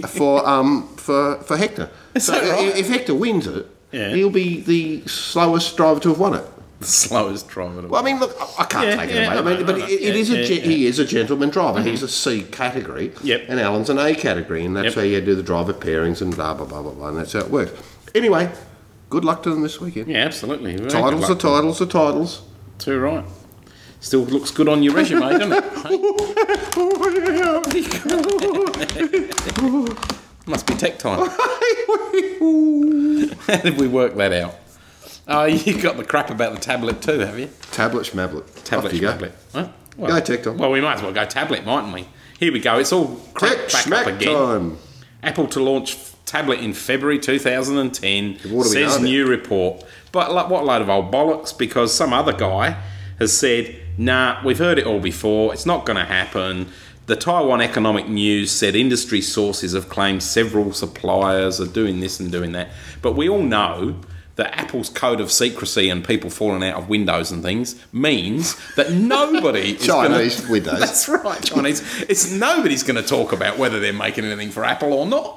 F: for um for for Hector. so
E: that right?
F: if- if Hector wins it,
E: Yeah.
F: he'll be the slowest driver to have won it.
E: The slowest driver.
F: Well, I mean, look, I- I can't
E: Yeah,
F: take it
E: yeah,
F: away. I
E: no,
F: mean,
E: no,
F: but
E: no.
F: it, it
E: Yeah,
F: is a
E: yeah,
F: gen-
E: yeah. Mm-hmm.
F: he is a gentleman driver. He's a C category,
E: Yep.
F: and Alan's an A category, and that's
E: Yep.
F: how you do the driver pairings and blah blah blah blah blah, and that's how it works. Anyway, good luck to them this weekend.
E: yeah, absolutely. Very good
F: Titles are
E: luck.
F: titles are titles.
E: Too right. Still looks good on your resume, doesn't it? Must be tech time. How did we work that out? Oh, you got the crap about the tablet too, have you?
F: Tablet schmablet.
E: Tablet,
F: Off you go.
E: tablet. Huh? Well,
F: Go tech time.
E: Well, we might as well go tablet, mightn't we? Here we go. It's all crap
F: Tech
E: back up
F: schmack
E: again.
F: time.
E: Apple to launch f- tablet in February 2010
F: What do we know
E: says
F: then?
E: new report. But like, what a load of old bollocks because some other guy has said, nah, we've heard it all before, it's not going to happen. The Taiwan Economic News said industry sources have claimed several suppliers are doing this and doing that. But we all know that Apple's code of secrecy and people falling out of windows and things means that nobody is gonna-
F: Chinese windows.
E: That's right, Chinese. It's nobody's going to talk about whether they're making anything for Apple or not.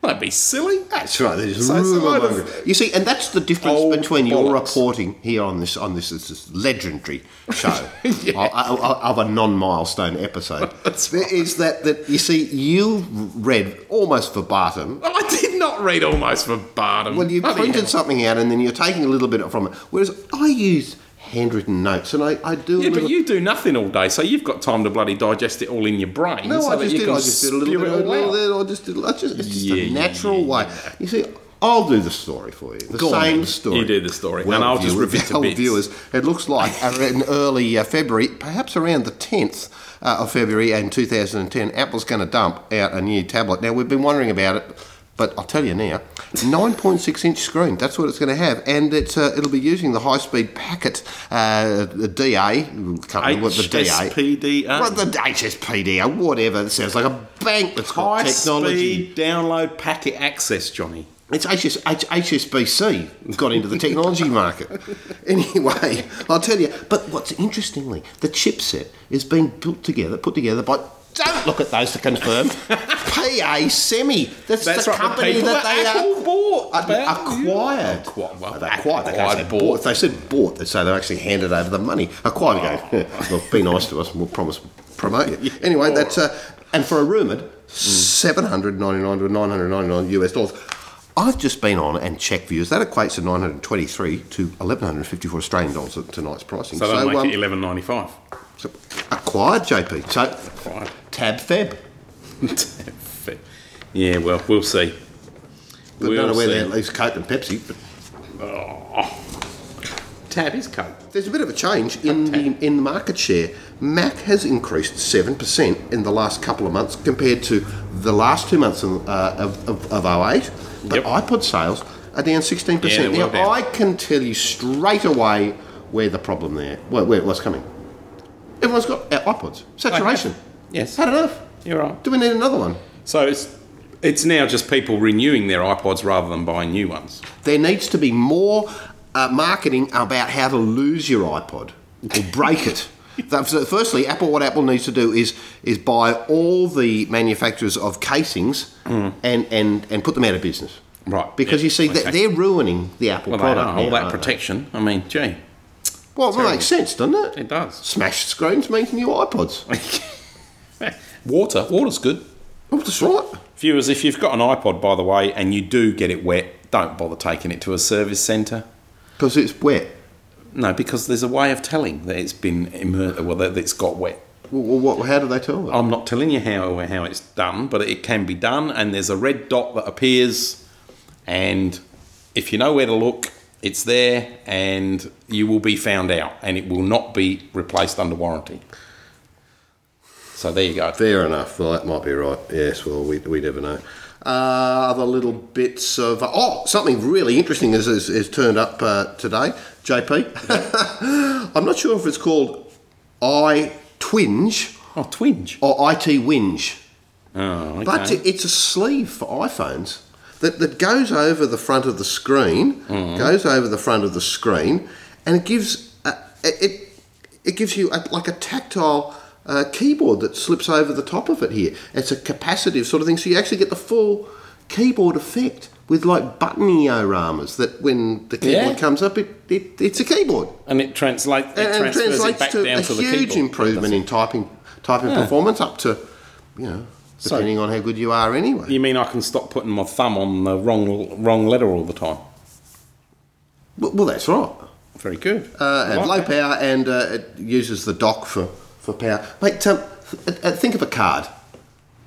E: That'd be silly.
F: That's right. There's
E: So it's a
F: rumour
E: load of-
F: mongering. You see, and that's the difference
E: Old
F: between your
E: bollocks.
F: reporting here on this on this, this, this legendary show of, of- of a non-milestone episode.
E: That's
F: There Is that that you see? You read almost verbatim.
E: I did not read almost verbatim.
F: Well, you
E: Bloody
F: printed
E: hell.
F: something out, and then you're taking a little bit from it. Whereas I use handwritten notes, and I, I do. a
E: Yeah,
F: little,
E: but you do nothing all day, so you've got time to bloody digest it all in your brain.
F: No,
E: so
F: I
E: that
F: just
E: you
F: did.
E: can
F: I just did a
E: spew
F: little bit.
E: it
F: of-
E: all out.
F: little- I just did. I just, it's just
E: Yeah,
F: a
E: yeah,
F: natural
E: yeah,
F: way. You see, I'll do the story for you. The
E: Go on,
F: same
E: then.
F: story.
E: You do the story, and I'll just
F: viewers-
E: rip it to
F: well,
E: bits.
F: viewers, it looks like uh, in early uh, February, perhaps around the 10th uh, of February in 2010, Apple's going to dump out a new tablet. Now, we've been wondering about it, but I'll tell you now 9.6 inch screen, that's what it's going to have. And it's, uh, it'll be using the high speed packet, uh, the DA, can't remember what the DA.
E: HSPDA.
F: Well, the HSPD or whatever. It sounds like a bank that's got
E: High
F: technology.
E: speed download packet access, Johnny.
F: It's HS, H, HSBC got into the technology market. Anyway, I'll tell you. But what's interestingly, the chipset is being built together, put together by. Don't look at those to confirm. PA Semi. That's,
E: That's
F: the
E: right, the
F: company
E: people
F: that
E: that
F: they
E: Apple
F: are,
E: bought,
F: are-
E: man.
F: acquired.
E: Acqui- well,
F: they acquired. They can't say
E: acquired,
F: bought.
E: bought.
F: If they said bought, they'd say they actually handed over the money. Acquired. Go.
E: Oh.
F: Look, be nice to us, and we'll promise we'll promote you. Anyway, that's uh, and for a rumored seven hundred ninety nine to nine hundred ninety nine US dollars. I've just been on and checked views. That equates to 923 to 1154 Australian dollars at tonight's pricing.
E: So that'll make
F: um,
E: it eleven ninety five.
F: so acquired, JP. So tab feb.
E: yeah, well, we'll see.
F: But
E: We'll
F: not aware
E: see.
F: they leaves Coke and Pepsi. But
E: Tab is coke.
F: There's a bit of a change in the in the market share. Mac has increased seven percent in the last couple of months compared to the last two months of uh, of, of, of 08. But
E: Yep.
F: iPod sales are down sixteen
E: Yeah,
F: percent.
E: they
F: Now
E: were down.
F: I can tell you straight away where the problem there, where, where it was coming. Everyone's got uh, iPods. Saturation.
E: Yes.
F: Had enough.
E: You're right.
F: Do we need another one?
E: So it's it's now just people renewing their iPods rather than buying new ones.
F: There needs to be more uh, marketing about how to lose your iPod or break it. That- so Firstly, Apple. What Apple needs to do is is buy all the manufacturers of casings and, and and put them out of business.
E: Hmm. Right.
F: Because
E: Yeah.
F: you see,
E: Okay.
F: that they're ruining the Apple
E: Well, they
F: product.
E: are.
F: now,
E: all that
F: aren't they?
E: protection. I mean, gee,
F: Well, it makes sense, doesn't
E: it
F: it?
E: does.
F: Smashed screens means new iPods.
E: Water, water's good.
F: Oh, that's right.
E: Viewers, if you've got an iPod, by the way, and you do get it wet, don't bother taking it to a service centre.
F: Because it's wet.
E: No, because there's a way of telling that it's been immer- well that it's got wet.
F: Well, what? How do they tell that?
E: I'm not telling you how how it's done, but it can be done. And there's a red dot that appears, and if you know where to look, it's there, and you will be found out, and it will not be replaced under warranty. So there you go.
F: Fair enough. Well, that might be right. Yes. Well, we, we never know. Uh, other little bits of oh, something really interesting has has, has turned up uh, today. JP, I'm not sure if it's called I twinge
E: Oh, twinge.
F: or IT winge,
E: Oh, okay.
F: but it's a sleeve for iPhones that that goes over the front of the screen,
E: Mm-hmm.
F: goes over the front of the screen, and it gives a, it it- it gives you a, like a tactile uh, keyboard that slips over the top of it here. It's a capacitive sort of thing, so you actually get the full keyboard effect with like buttony ramas that when the keyboard
E: Yeah.
F: comes up, it, it it's a keyboard
E: and it translates. It
F: and, and
E: transfers
F: translates
E: it back
F: to
E: down
F: a
E: to the
F: huge
E: keyboard.
F: improvement in typing typing performance up to you know
E: So-
F: depending on how good you are anyway.
E: You mean I can stop putting my thumb on the wrong wrong letter all the time?
F: Well, well, that's right.
E: Very good.
F: Uh,
E: I
F: and low
E: like that.
F: power, and uh, it uses the dock for, for power. Mate, um, th- uh, think of a card.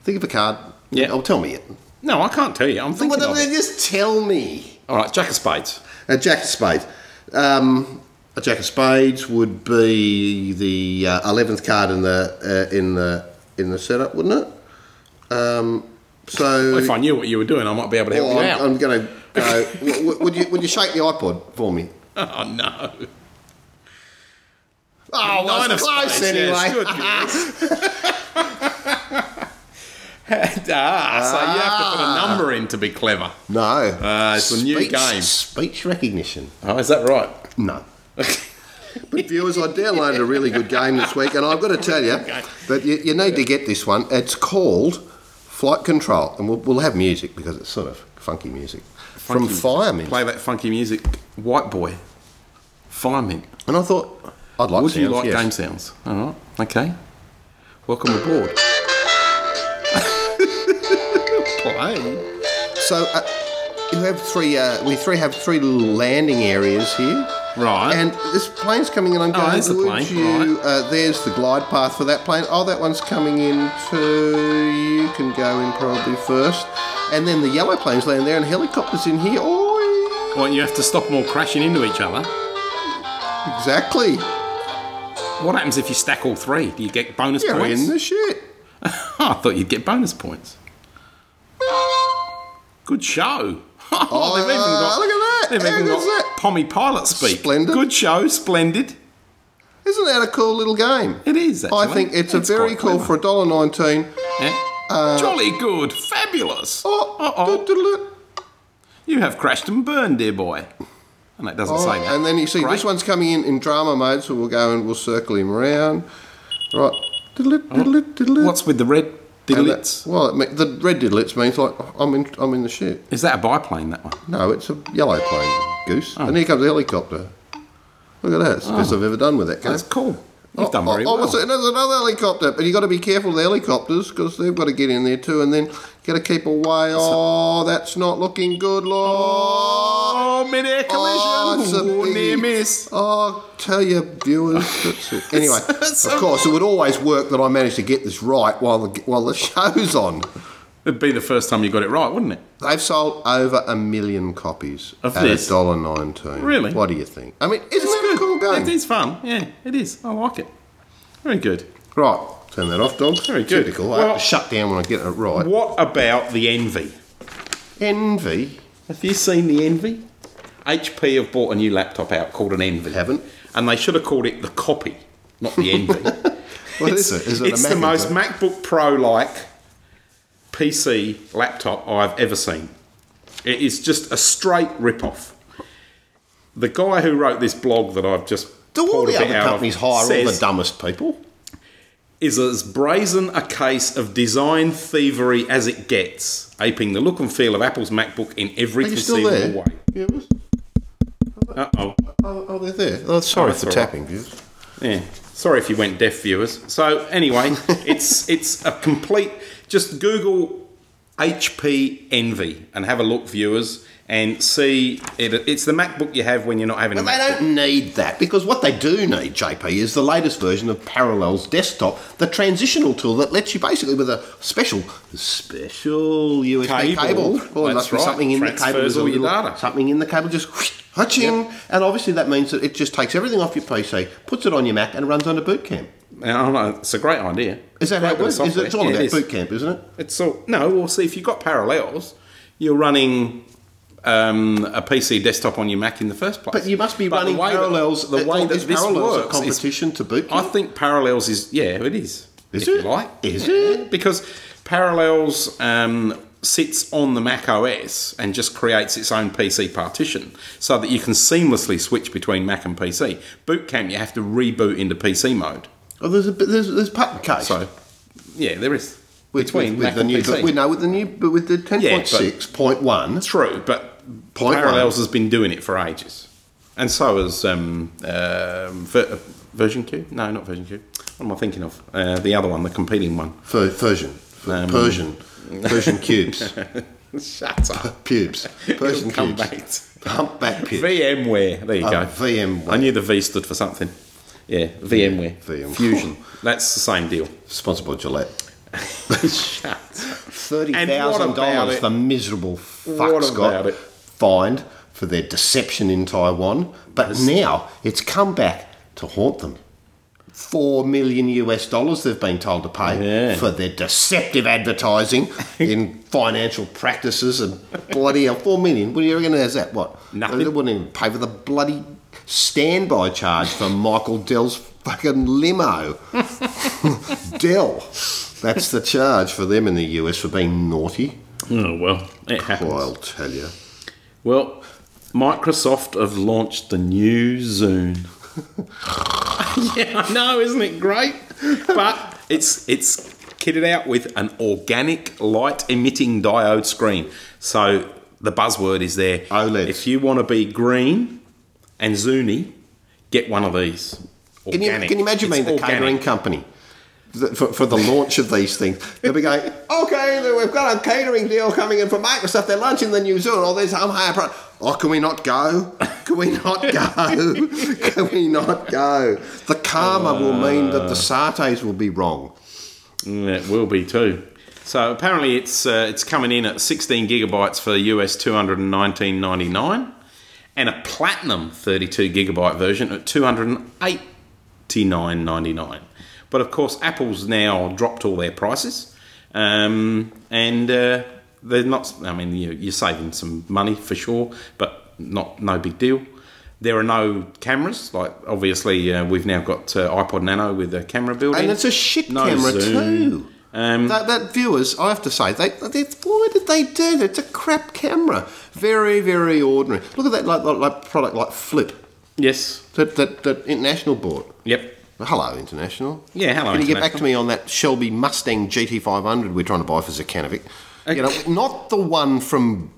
F: Think of a card.
E: Yeah.
F: Oh, tell me it.
E: No, I can't tell you. I'm thinking
F: Well,
E: of it.
F: just tell me.
E: All right, Jack of Spades.
F: A jack of spades. Um, a jack of spades would be the uh, eleventh card in the uh, in the in the setup, wouldn't it? Um, so
E: If I knew what you were doing, I might be able to help
F: Well,
E: you
F: Oh, I'm,
E: out.
F: I'm going to go. w- w- would you would you shake the iPod for me?
E: Oh no!
F: Oh, well,
E: Nine
F: it's
E: of
F: close
E: spades,
F: anyway.
E: yes, good, yes. ah, so you have to put a number in to be clever.
F: No,
E: Ah, it's a new game.
F: Speech recognition.
E: Oh, is that right?
F: No. But viewers, I downloaded a really good game this week, and I've got to tell you that you, you need to get this one. It's called Flight Control, and we'll, we'll have music because it's sort of funky music from Firemen.
E: Play that funky music, White Boy, Fireman.
F: And I thought I'd like.
E: Would you
F: sounds,
E: like
F: yes.
E: game sounds? All right, okay. Welcome aboard. Play.
F: So uh, you have three. Uh, we three have three little landing areas here.
E: Right. Oh,
F: And this plane's coming in. I'm going.
E: there's the
F: "Would
E: plane,
F: you?"
E: right.
F: Uh, there's the glide path for that plane. Oh, that one's coming in too. You can go in probably first. And then the yellow planes land there and helicopters in here. Oi!
E: Well, you have to stop them all crashing into each other.
F: Exactly.
E: What happens if you stack all three? Do you get bonus
F: You're
E: points?
F: in the shit.
E: I thought you'd get bonus points. Good show.
F: Oh,
E: they've even got,
F: look at that.
E: They've
F: How
E: even
F: good's
E: got
F: that?
E: Pommy Pilot speak.
F: Splendid.
E: Good show, splendid.
F: Isn't that a cool little game?
E: It is,
F: I
E: actually.
F: think it's, a
E: It's
F: very
E: quite
F: cool
E: clever.
F: for $1.19.
E: Yeah. Jolly good, fabulous.
F: Oh,
E: Uh-oh.
F: doodle-doo.
E: You have crashed and burned, dear boy. And that doesn't
F: Oh,
E: say that.
F: and then you see
E: Great.
F: this one's coming in in drama mode, so we'll go and we'll circle him around. Right. Diddle-it, diddle-it, diddle-it.
E: What's with the red
F: And that-
E: diddlets?
F: Well, it, me- the red diddlets means like I'm in, I'm in the ship.
E: Is that a biplane, that one?
F: No, it's a yellow plane, goose.
E: Oh.
F: And here comes a helicopter. Look at that. It's the best I've ever done with that game.
E: That's cool. You've
F: Oh,
E: done very
F: oh, oh,
E: well.
F: what's it? there's another helicopter, but you got to be careful of the helicopters because they've got to get in there too, and then got to keep away. Oh, that's not looking good, Lord.
E: Oh, mid-air collision.
F: Oh, it's a
E: Ooh,
F: big-
E: near miss.
F: Oh, tell your viewers. That's it. Anyway,
E: It's-
F: of course, it would always work that I managed to get this right while the while the show's on.
E: It'd be the first time you got it right, wouldn't it?
F: They've sold over a million copies
E: Of
F: at
E: this?
F: dollar nineteen.
E: Really?
F: What do you think? I mean, isn't that a cool game?
E: It is fun. Yeah, it is. I like it. Very good.
F: Right, turn that off, dogs.
E: Very good.
F: Typical. I have
E: Well-
F: to shut down when I get it right.
E: What about the Envy?
F: Envy.
E: Have you seen the Envy? HP have bought a new laptop out called an Envy.
F: Haven't.
E: And they should have called it the Copy, not the Envy.
F: What
E: it's,
F: is it? Is it a
E: it's the most
F: Macintosh?
E: MacBook Pro like PC laptop I've ever seen. It is just a straight rip-off. The guy who wrote this blog that I've just
F: Do all
E: pulled a
F: the
E: bit
F: other
E: out of
F: companies hire all the
E: says-
F: dumbest people?
E: is as brazen a case of design thievery as it gets, aping the look and feel of Apple's MacBook in every
F: Are you still
E: conceivable
F: there?
E: way.
F: Yeah, it was-
E: Uh oh.
F: oh, oh, they're there. Oh, sorry
E: that's
F: for
E: all right.
F: tapping. viewers.
E: Yeah. Sorry if you went deaf, viewers. So anyway, it's it's a complete. Just Google HP Envy and have a look, viewers, and see it. It's the MacBook you have when you're not having a
F: But they
E: MacBook.
F: don't need that because what they do need, JP, is the latest version of Parallels Desktop, the transitional tool that lets you basically with a special, special USB
E: Cable.
F: cable. Well, there
E: That's
F: must be
E: right.
F: something in the cable.
E: Transfers
F: there's a
E: all your
F: little-
E: data.
F: Something in the cable just hutching, and obviously that means that it just takes everything off your PC, puts it on your Mac, and runs under boot camp.
E: I don't know. Uh, oh, It's a great idea.
F: Is that
E: Great
F: how it
E: bit of
F: works? Is it,
E: software.
F: it's all
E: Yeah,
F: about
E: it is.
F: boot camp, isn't it?
E: It's all no. Well, see, if you've got parallels, you're running um, a PC desktop on your Mac in the first place.
F: But you must be running
E: the way that-
F: Parallels.
E: the way
F: uh,
E: that
F: is
E: this
F: Parallels
E: works
F: a
E: is-
F: competition to boot
E: I
F: camp.
E: think Parallels is yeah, it is.
F: Is
E: if
F: it?
E: You like
F: Is
E: Yeah,
F: it?
E: because Parallels um, sits on the Mac OS and just creates its own PC partition so that you can seamlessly switch between Mac and PC. Boot camp, you have to reboot into PC mode.
F: oh, there's a bit- there's there's pattern case.
E: So yeah, there is
F: with,
E: between
F: with, with
E: Mac
F: the
E: and
F: new,
E: PC.
F: but we know with the new, but with the ten point six point one.
E: True, but
F: Point
E: Parallels
F: one.
E: has been doing it for ages, and so has um, um, Ver- uh, Version Q. No, not Version Q. What am I thinking of? Uh, the other one, the competing one.
F: Ver, version, Ver-
E: Um,
F: Persian, Persian cubes,
E: Shut up.
F: pubes,
E: It'll
F: Persian
E: come
F: cubes,
E: back.
F: humpback pubes.
E: VMware. There you
F: Oh,
E: go.
F: VMware.
E: I knew the V stood for something. Yeah, VMware.
F: VMware.
E: Fusion. That's the same deal.
F: Sponsored by Gillette.
E: Shut. up.
F: Thirty
E: And
F: thousand
E: what about
F: dollars.
E: it?
F: The miserable
E: What
F: fucks got
E: about it?
F: fined for their deception in Taiwan, but now it's come back to haunt them. Four million US dollars they've been told to pay
E: Yeah.
F: for their deceptive advertising in financial practices and bloody hell. Four million. What do you reckon is that? What?
E: Nothing.
F: They wouldn't even pay for the bloody standby charge for Michael Dell's fucking limo. Dell. That's the charge for them in the US for being naughty.
E: Oh well, it happens.
F: I'll tell you.
E: Well, Microsoft have launched the new Zune. yeah, I know, isn't it great? But it's it's kitted out with an organic light emitting diode screen. So the buzzword is there.
F: OLEDs.
E: If you want to be green and Zuni, get one of these.
F: Can you,
E: Organic.
F: can you imagine
E: It's
F: being the
E: organic.
F: catering company th- for, for the launch of these things? They'll be going, okay, then we've got a catering deal coming in from Microsoft. They're launching the New Zealand. All these um higher pro- Oh, can we not go? Can we not go? can we not go?
E: Uh.
F: The karma will mean that the satays will be wrong.
E: Mm, It will be too. So apparently it's uh, it's coming in at 16 gigabytes for US 219.99, and a platinum 32 gigabyte version at 289.99. But of course, Apple's now dropped all their prices, um, and uh, they're not. I mean, you- you're saving some money for sure, but not no big deal. There are no cameras. Like obviously, uh, we've now got uh, iPod Nano with a camera built in.
F: And it's a shit
E: No Um,
F: camera
E: zoom.
F: too. that, that viewers, I have to say, they, they why did they do that? It's a crap camera. Very, very ordinary. Look at that, like, like, like product like Flip
E: Yes.
F: that that, that international bought.
E: Yep.
F: Hello, international.
E: Yeah, hello,
F: Can you get back
E: International.
F: to me on that Shelby Mustang GT500 we're trying to buy for Zakanovic? You know, not the one from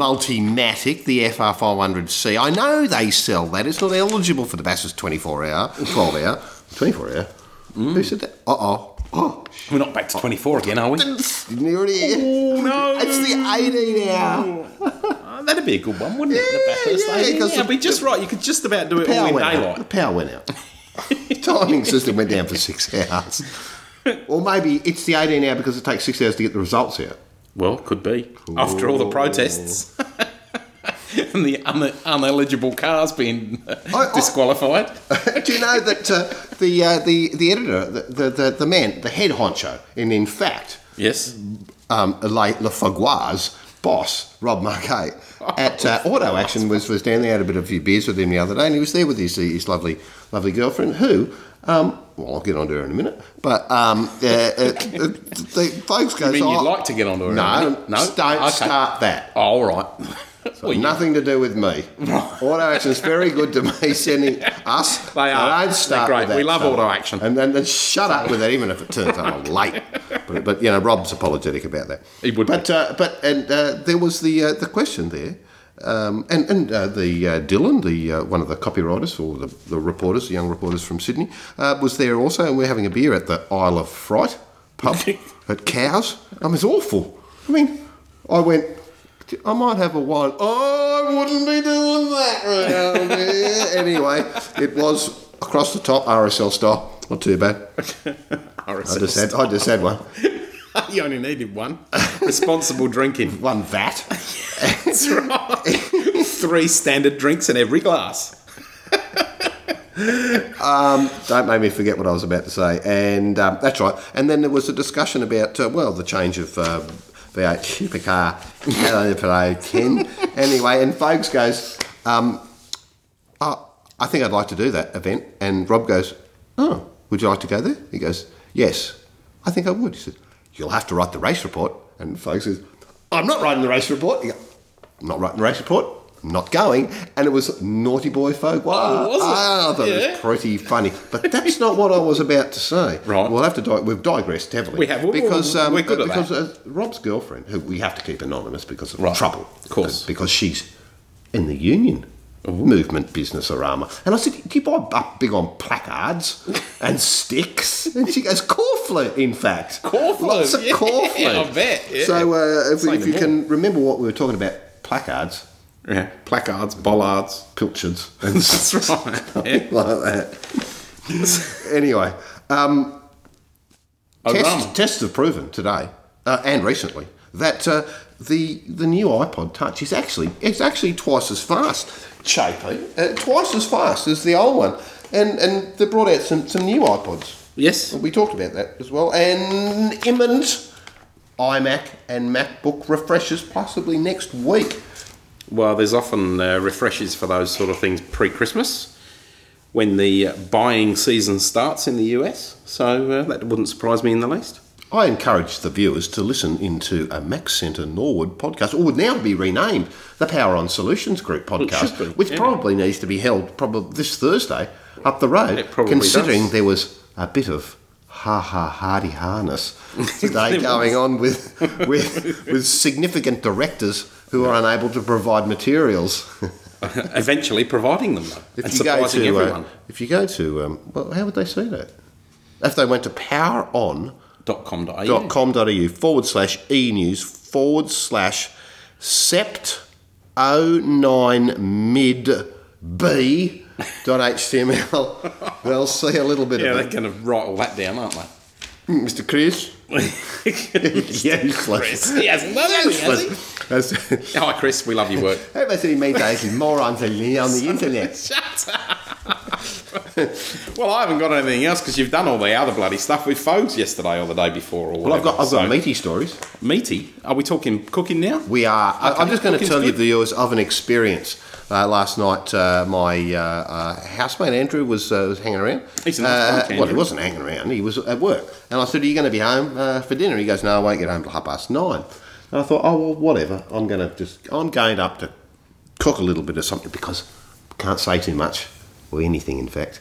F: Multimatic, the FR500C. I know they sell that. It's not eligible for the Bass's 24 hour, 12 hour, 24 hour. Who said that? Uh oh. Oh,
E: We're not back to 24 again, are we?
F: didn't you already hear?
E: Oh, no.
F: It's the 18 hour.
E: Oh, that'd be a good one, wouldn't it?
F: Yeah,
E: The
F: yeah,
E: Bathurst lady.
F: because
E: yeah,
F: the-
E: be just right. You could just about do it all in
F: went out.
E: daylight.
F: The power went out. Timing system went down for six hours. Or maybe it's the 18 hour because it takes six hours to get the results out.
E: Well, could be. After all the protests and the un- uneligible cars being uh,
F: I-
E: disqualified.
F: Do you know that uh, the, uh, the the editor, the, the, the, the man, the head honcho, and in fact,
E: yes.
F: um, Le, Fagoua's boss, Rob Marquet, at uh, Auto Action was, was down there, had a bit of a few beers with him the other day, and he was there with his, his lovely lovely girlfriend, who, um, well, I'll get onto her in a minute, but um, uh, uh, the folks go,
E: I mean,
F: "Oh,
E: you'd like to get onto it.
F: No,
E: no.
F: don't
E: Okay.
F: start that.
E: Oh, all right. Well, you-
F: Nothing to do with me. Auto Action's very good to me sending us.
E: They are.
F: I
E: They're
F: don't start
E: great.
F: with that
E: We love
F: stuff.
E: Auto Action.
F: And then, then shut up with that, even if it turns out I'm late. But, but you know, Rob's apologetic about that.
E: He would
F: But uh, but and uh, there was the uh, the question there. Um, and and uh, the uh, Dylan, the uh, one of the copywriters or the, the reporters, the young reporters from Sydney, uh, was there also, and we're having a beer at the Isle of Fright pub at Cows. I mean, it's awful. I mean, I went. I might have a wine. Oh, I wouldn't be doing that round here. anyway, it was across the top RSL style. Not too bad. I just had I just had one.
E: you only needed one. Responsible drinking.
F: One vat.
E: That's right. Three standard drinks in every glass.
F: Don't make me forget what I was about to say. And um, that's right. And then there was a discussion about, uh, well, the change of uh, V8 supercar Hello 10. anyway, and folks goes, um, oh, I think I'd like to do that event. And Rob goes, oh, would you like to go there? He goes, yes, I think I would. He says, you'll have to write the race report. And folks says, I'm not writing the race report. He goes, I'm not writing the race report. I'm not going. And it was Naughty Boy Folk.
E: Oh, was it?
F: Ah, I thought it
E: Yeah.
F: was pretty funny. But that's not what I was about to say.
E: Right.
F: We'll have to. Di- we've digressed heavily.
E: We have. We're-
F: because um,
E: we're good at
F: because
E: that.
F: Uh, Rob's girlfriend, who we have to keep anonymous because of
E: Right.
F: trouble, Uh,
E: Of course.
F: because she's in the union. Movement business arama. And I said, Do you buy up big on placards and sticks? And she goes, Corflute, in fact.
E: Corflute,
F: Lots of
E: yeah, I
F: Corflute.
E: bet, yeah.
F: So uh, if,
E: Say
F: if
E: no
F: you
E: more.
F: can remember what we were talking about placards,
E: Yeah. Placards, bollards.
F: pilchards, and
E: That's right. Yeah.
F: like that. anyway, um,
E: A
F: tests,
E: Oh, rum.
F: tests have proven today uh, and recently that uh, the the new iPod Touch is actually it's actually twice as fast,
E: eh?
F: JP, uh, twice as fast as the old one, and and they brought out some some new iPods.
E: Yes.
F: We talked about that as well, and imminent iMac and MacBook refreshes possibly next week.
E: Well, there's often uh, refreshes for those sort of things pre Christmas when the uh, buying season starts in the US. So uh, that wouldn't surprise me in the least.
F: I encourage the viewers to listen into a Max Centre Norwood podcast, or would now be renamed the Power On Solutions Group podcast,
E: should be,
F: which
E: yeah.
F: probably needs to be held probably this Thursday up the road,
E: It probably
F: considering
E: does.
F: there was a bit of ha ha hardy harness today going on with, with with significant directors who are unable to provide materials.
E: Eventually providing them, though, and surprising
F: uh,
E: everyone.
F: if you go to, um, well, how would they see that? If they went to Power On
E: dot com dot au.
F: dot com dot au forward slash e news forward slash sept 09 mid b dot html. They'll see a little bit
E: Yeah,
F: of
E: they're
F: it.
E: going to write all that down, aren't they?
F: Mr. Chris, Useless.
E: Chris. He hasn't done anything, has he?
F: That's-
E: Hi, Oh, Chris. We love your work.
F: How about these meatballs and morons on the on the internet?
E: Shut up. well, I haven't got anything else because you've done all the other bloody stuff with Fogues yesterday or the day before. Or
F: Well, I've got, I've
E: whatever,
F: got
E: so-
F: meaty stories.
E: meaty. Are we talking cooking now?
F: We are. I, I'm
E: Okay,
F: just going to
E: cooking's
F: tell you
E: good.
F: the yours of an experience. Uh, last night, uh, my uh, uh, housemate Andrew was, uh, was hanging around.
E: He's a nice
F: Uh,
E: bloke,
F: Well, he
E: Andrew.
F: wasn't hanging around. He was at work, and I said, "Are you going to be home uh, for dinner?" He goes, "No, I won't get home till half past nine. And I thought, "Oh well, whatever. I'm going to just I'm going up to cook a little bit of something because I can't say too much or anything. In fact,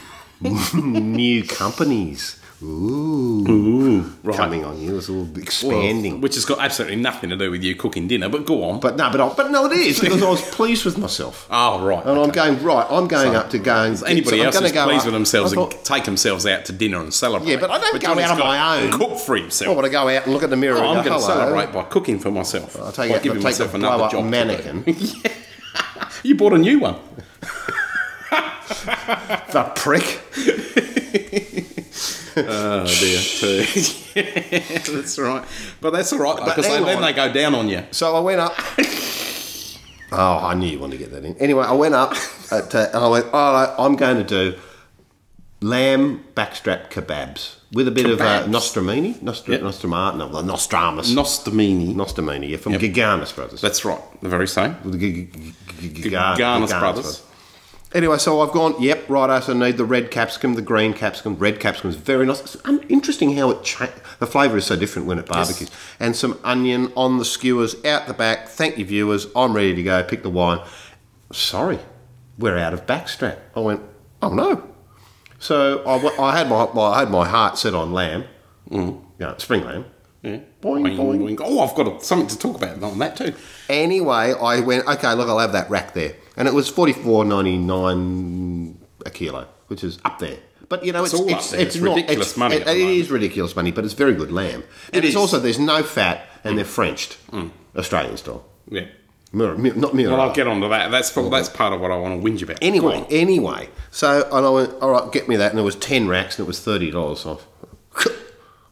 F: new companies." Ooh, coming on you. It's all expanding.
E: Which has got absolutely nothing to do with you cooking dinner, but go on.
F: But no, but I, but no, it is because I was pleased with myself,
E: oh, right.
F: and I'm going right. I'm going up to going.
E: Anybody
F: so I'm
E: else
F: gonna
E: who's pleased
F: up-
E: with themselves
F: I thought,
E: and take themselves out to dinner and celebrate.
F: Yeah, but I don't go
E: Johnny's
F: out on
E: got
F: my
E: to
F: own.
E: Cook for
F: I
E: himself.
F: want to go out and look at the mirror.
E: Oh,
F: and
E: I'm
F: go,
E: going to
F: "Hello."
E: celebrate by cooking for myself.
F: I'll take
E: by
F: out,
E: giving
F: take
E: myself
F: a
E: another
F: blow-up
E: job. to
F: mannequin.
E: do. you bought a new one.
F: the prick.
E: Oh dear. yeah, that's right. But that's all right
F: But
E: because they,
F: hang
E: then
F: on.
E: they go down on you.
F: So I went up. oh, I knew you wanted to get that in. Anyway, I went up at, uh, and I went. Oh, I'm going to do lamb backstrap kebabs with a bit
E: Kebabs.
F: of uh, nostramini, Nostra,
E: Yep.
F: nostrama, no, well, nostramus,
E: Nostamini.
F: nostramini. Yeah, from
E: Yep.
F: Giganus Brothers.
E: That's right. The very same.
F: With the G- G- G- G-
E: Garnas
F: Garnas
E: Brothers.
F: Anyway, so I've gone, yep, right, I so need the red capsicum, the green capsicum, red capsicum is very nice. It's un- interesting how it cha- the flavour is so different when it barbecues. And some onion on the skewers, out the back. Thank you, viewers. I'm ready to go. Pick the wine. Sorry, we're out of backstrap. I went, oh no. So I, w- I had my, my I had my heart set on lamb, mm. you know, spring lamb.
E: Yeah.
F: Boing, boing.
E: Oh, I've got a, something to talk about on that too.
F: Anyway, I went, okay, look, I'll have that rack there. And it was forty four ninety nine a kilo, which is up there. But you know, it's
E: all up
F: it's,
E: there.
F: it's
E: It's
F: not-
E: ridiculous money
F: It,
E: at the
F: it
E: moment.
F: is ridiculous money, but it's very good lamb. And
E: It
F: it's
E: is. Mm.
F: also there's no fat and they're Frenched, Australian style.
E: Yeah.
F: Mur- mu- not Murat.
E: Well, I'll get onto that. That's that's part of what I want to whinge about.
F: Anyway, anyway, so and I went, all right, get me that, and it was ten racks, and it was thirty dollars off.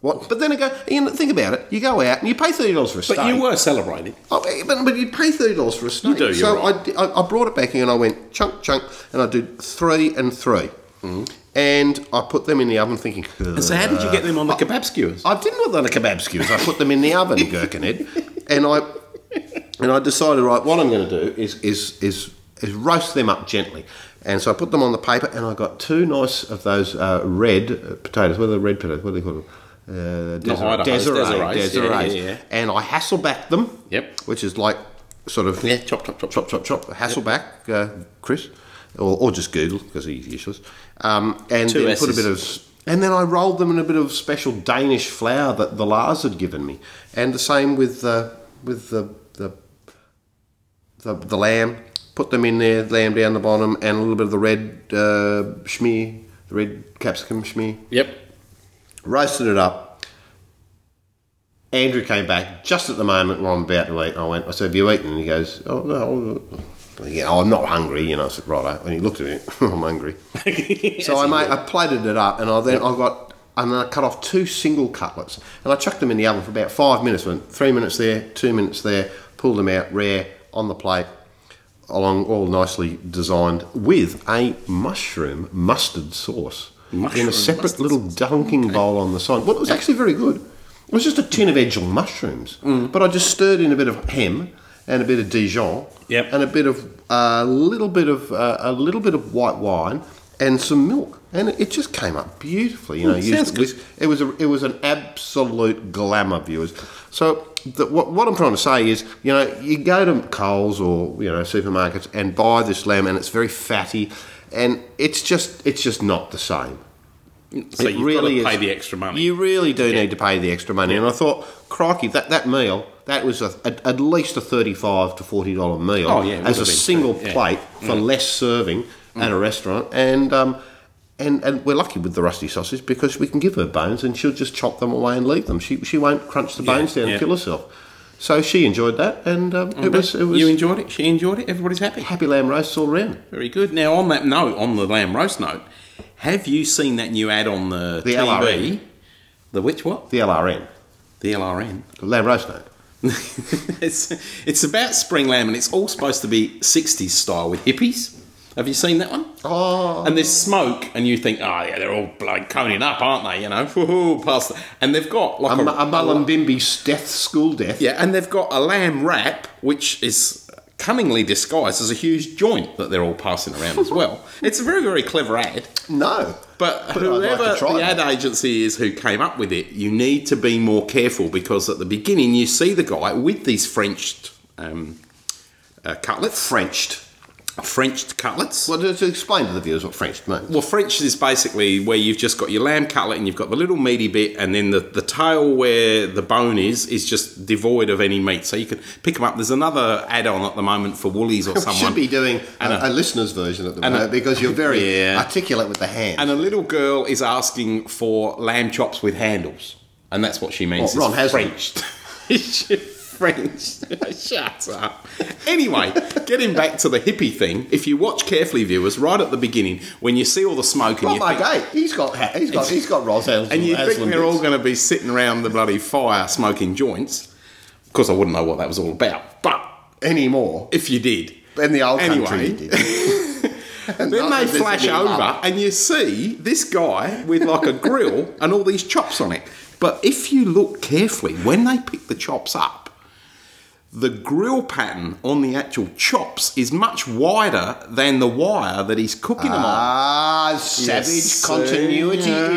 F: What? But then I go, you know, think about it. You go out and you pay thirty dollars for a steak.
E: but you were celebrating.
F: Oh, but, but you pay thirty dollars for a steak.
E: do, you're
F: so
E: right.
F: I di- I, I brought it back in and I went chunk chunk and I did three and 3
E: Mm-hmm.
F: and I put them in the oven thinking.
E: So how did you get them on the kebab skewers?
F: I didn't put them on the kebab skewers. I put them in the oven, Gherkinhead, and I and I decided right, what I'm going to do is is is is roast them up gently. And so I put them on the paper, and I got two nice of those uh, red uh, potatoes. What are the red potatoes? What do they call them? Uh,
E: Idaho's,
F: Desiree,
E: Desirees. Yeah,
F: Desirees.
E: yeah, yeah.
F: And I hasselback them.
E: Yep.
F: Which is like sort of
E: Yeah, chop, chop, chop,
F: chop, chop, chop. Hasselback, uh, Chris, or, or just Google because he's useless. Um, and
E: Two
F: then put a
E: S's.
F: bit of, and then I rolled them in a bit of special Danish flour that the Lars had given me, and the same with uh, with the the, the the lamb. Put them in there, lamb down the bottom, and a little bit of the red uh, schmear, the red capsicum schmear
E: Yep.
F: roasted it up. Andrew came back just at the moment when I'm about to eat, and I went, I said, Have you eaten? And he goes, Oh, no. I said, "Yeah, oh, I'm not hungry, you know. I said, Right, eh." and he looked at me, I'm hungry. so I, made, I plated it up, and I then I got, and then I cut off two single cutlets, and I chucked them in the oven for about five minutes. Went three minutes there, two minutes there, pulled them out rare on the plate, along all nicely designed with a mushroom mustard sauce in
E: Mushroom
F: a separate
E: mustard
F: little dunking bowl on the side. Well, it was actually very good. It was just a tin of edgel mushrooms,
E: Mm.
F: but I just stirred in a bit of hem and a bit of Dijon,
E: Yep.
F: and a bit of a little bit of uh, a little bit of white wine and some milk, and it just came up beautifully. You know,
E: it
F: used
E: Hmm, sounds good.
F: with- it was a, it was an absolute glamour, viewers. So the, what, what I'm trying to say is, you know, you go to Coles or you know supermarkets and buy this lamb, and it's very fatty, and it's just it's just not the same.
E: So
F: It
E: you've
F: really
E: got to pay
F: is.
E: the extra money.
F: You really do need to pay the extra money. And I thought, crikey, that, that meal, that was a, at at least a thirty-five to forty dollar meal
E: Oh, yeah, it would
F: as
E: have
F: a
E: been,
F: single
E: yeah. Mm.
F: plate for less serving at a restaurant. And um, and and we're lucky with the rusty sausage because we can give her bones and she'll just chop them away and leave them. She she won't crunch the bones down
E: yeah.
F: and kill herself. So she enjoyed that, and um, it was it was
E: you enjoyed it. She enjoyed it. Everybody's happy.
F: happy lamb roasts all round.
E: Very good. Now, on that note, on the lamb roast note, have you seen that new ad on the,
F: The
E: TV?
F: LRE.
E: The which what?
F: The LRN,
E: The LRN.
F: the Lamb Roast Note.
E: it's it's about spring lamb and it's all supposed to be 60s style with hippies. Have you seen that one?
F: Oh.
E: And there's smoke and you think, oh yeah, they're all like coning up, aren't they? You know, Woo-hoo, past. The, and they've got
F: A,
E: like a,
F: mu- a Mullumbimby's death, school death.
E: yeah, and they've got a lamb wrap which is cunningly disguised as a huge joint that they're all passing around as well. It's a very very clever ad.
F: No.
E: But,
F: But I'd
E: whoever
F: like to try
E: the
F: that.
E: ad agency is who came up with it, you need to be more careful because at the beginning you see the guy with these Frenched um, uh, cutlets,
F: Frenched.
E: Frenched cutlets.
F: Well, to, to explain to the viewers what Frenched means.
E: Well, French is basically where you've just got your lamb cutlet and you've got the little meaty bit, and then the, the tail where the bone is is just devoid of any meat. So you can pick them up. There's another add-on at the moment for Woolies or
F: We
E: someone.
F: should be doing
E: And
F: a,
E: a-
F: a listener's version at the
E: and a-
F: moment because you're very
E: Yeah.
F: articulate with the hand.
E: And a little girl is asking for lamb chops with handles, and that's what she means.
F: What,
E: is
F: Ron Haslam?
E: Frenched. French. Shut up. Anyway, getting back to the hippie thing, if you watch carefully, viewers, right at the beginning, when you see all the smoke and
F: Not
E: you
F: Oh, my
E: think,
F: day. He's got ha- he's got he's got Ros Haslam.
E: and you think
F: Haslam
E: they're all
F: bits.
E: going to be sitting around the bloody fire smoking joints. Of course, I wouldn't know what that was all about, but
F: anymore
E: if you did,
F: in the old country.
E: Anyway.
F: he did. And
E: then
F: not
E: they
F: that there's
E: flash
F: any
E: over
F: love.
E: and you see this guy with like a grill and all these chops on it. But if you look carefully, when they pick the chops up, the grill pattern on the actual chops is much wider than the wire that he's cooking them on.
F: Ah, savage
E: Yes,
F: continuity
E: yeah,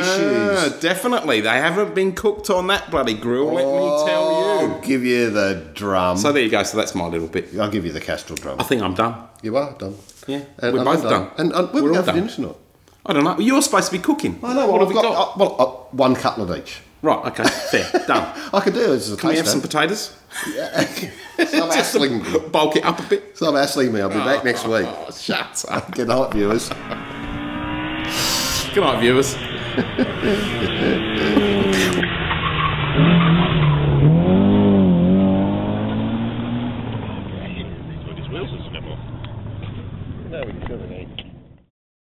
F: issues.
E: Definitely, they haven't been cooked on that bloody grill. Let me tell
F: I'll
E: you.
F: give you the drum.
E: So there you go. So that's my little bit.
F: I'll give you the Castrol drum.
E: I think I'm done.
F: You are done.
E: Yeah,
F: And
E: we're
F: I'm
E: both done.
F: And, and we're,
E: We're all
F: all
E: done.
F: done. Not.
E: I don't know. You're supposed to be cooking.
F: I know.
E: What
F: Well,
E: have
F: I've
E: we
F: got,
E: got?
F: uh, well, uh, one cutlet each.
E: Right. Okay. Fair. done.
F: I could do it as a
E: Can we have some
F: taster.
E: potatoes?
F: Stop hassling me.
E: Bulk it up a bit.
F: Stop hassling me. I'll be back next week.
E: Oh, shut up.
F: Good night, viewers.
E: Good night, viewers.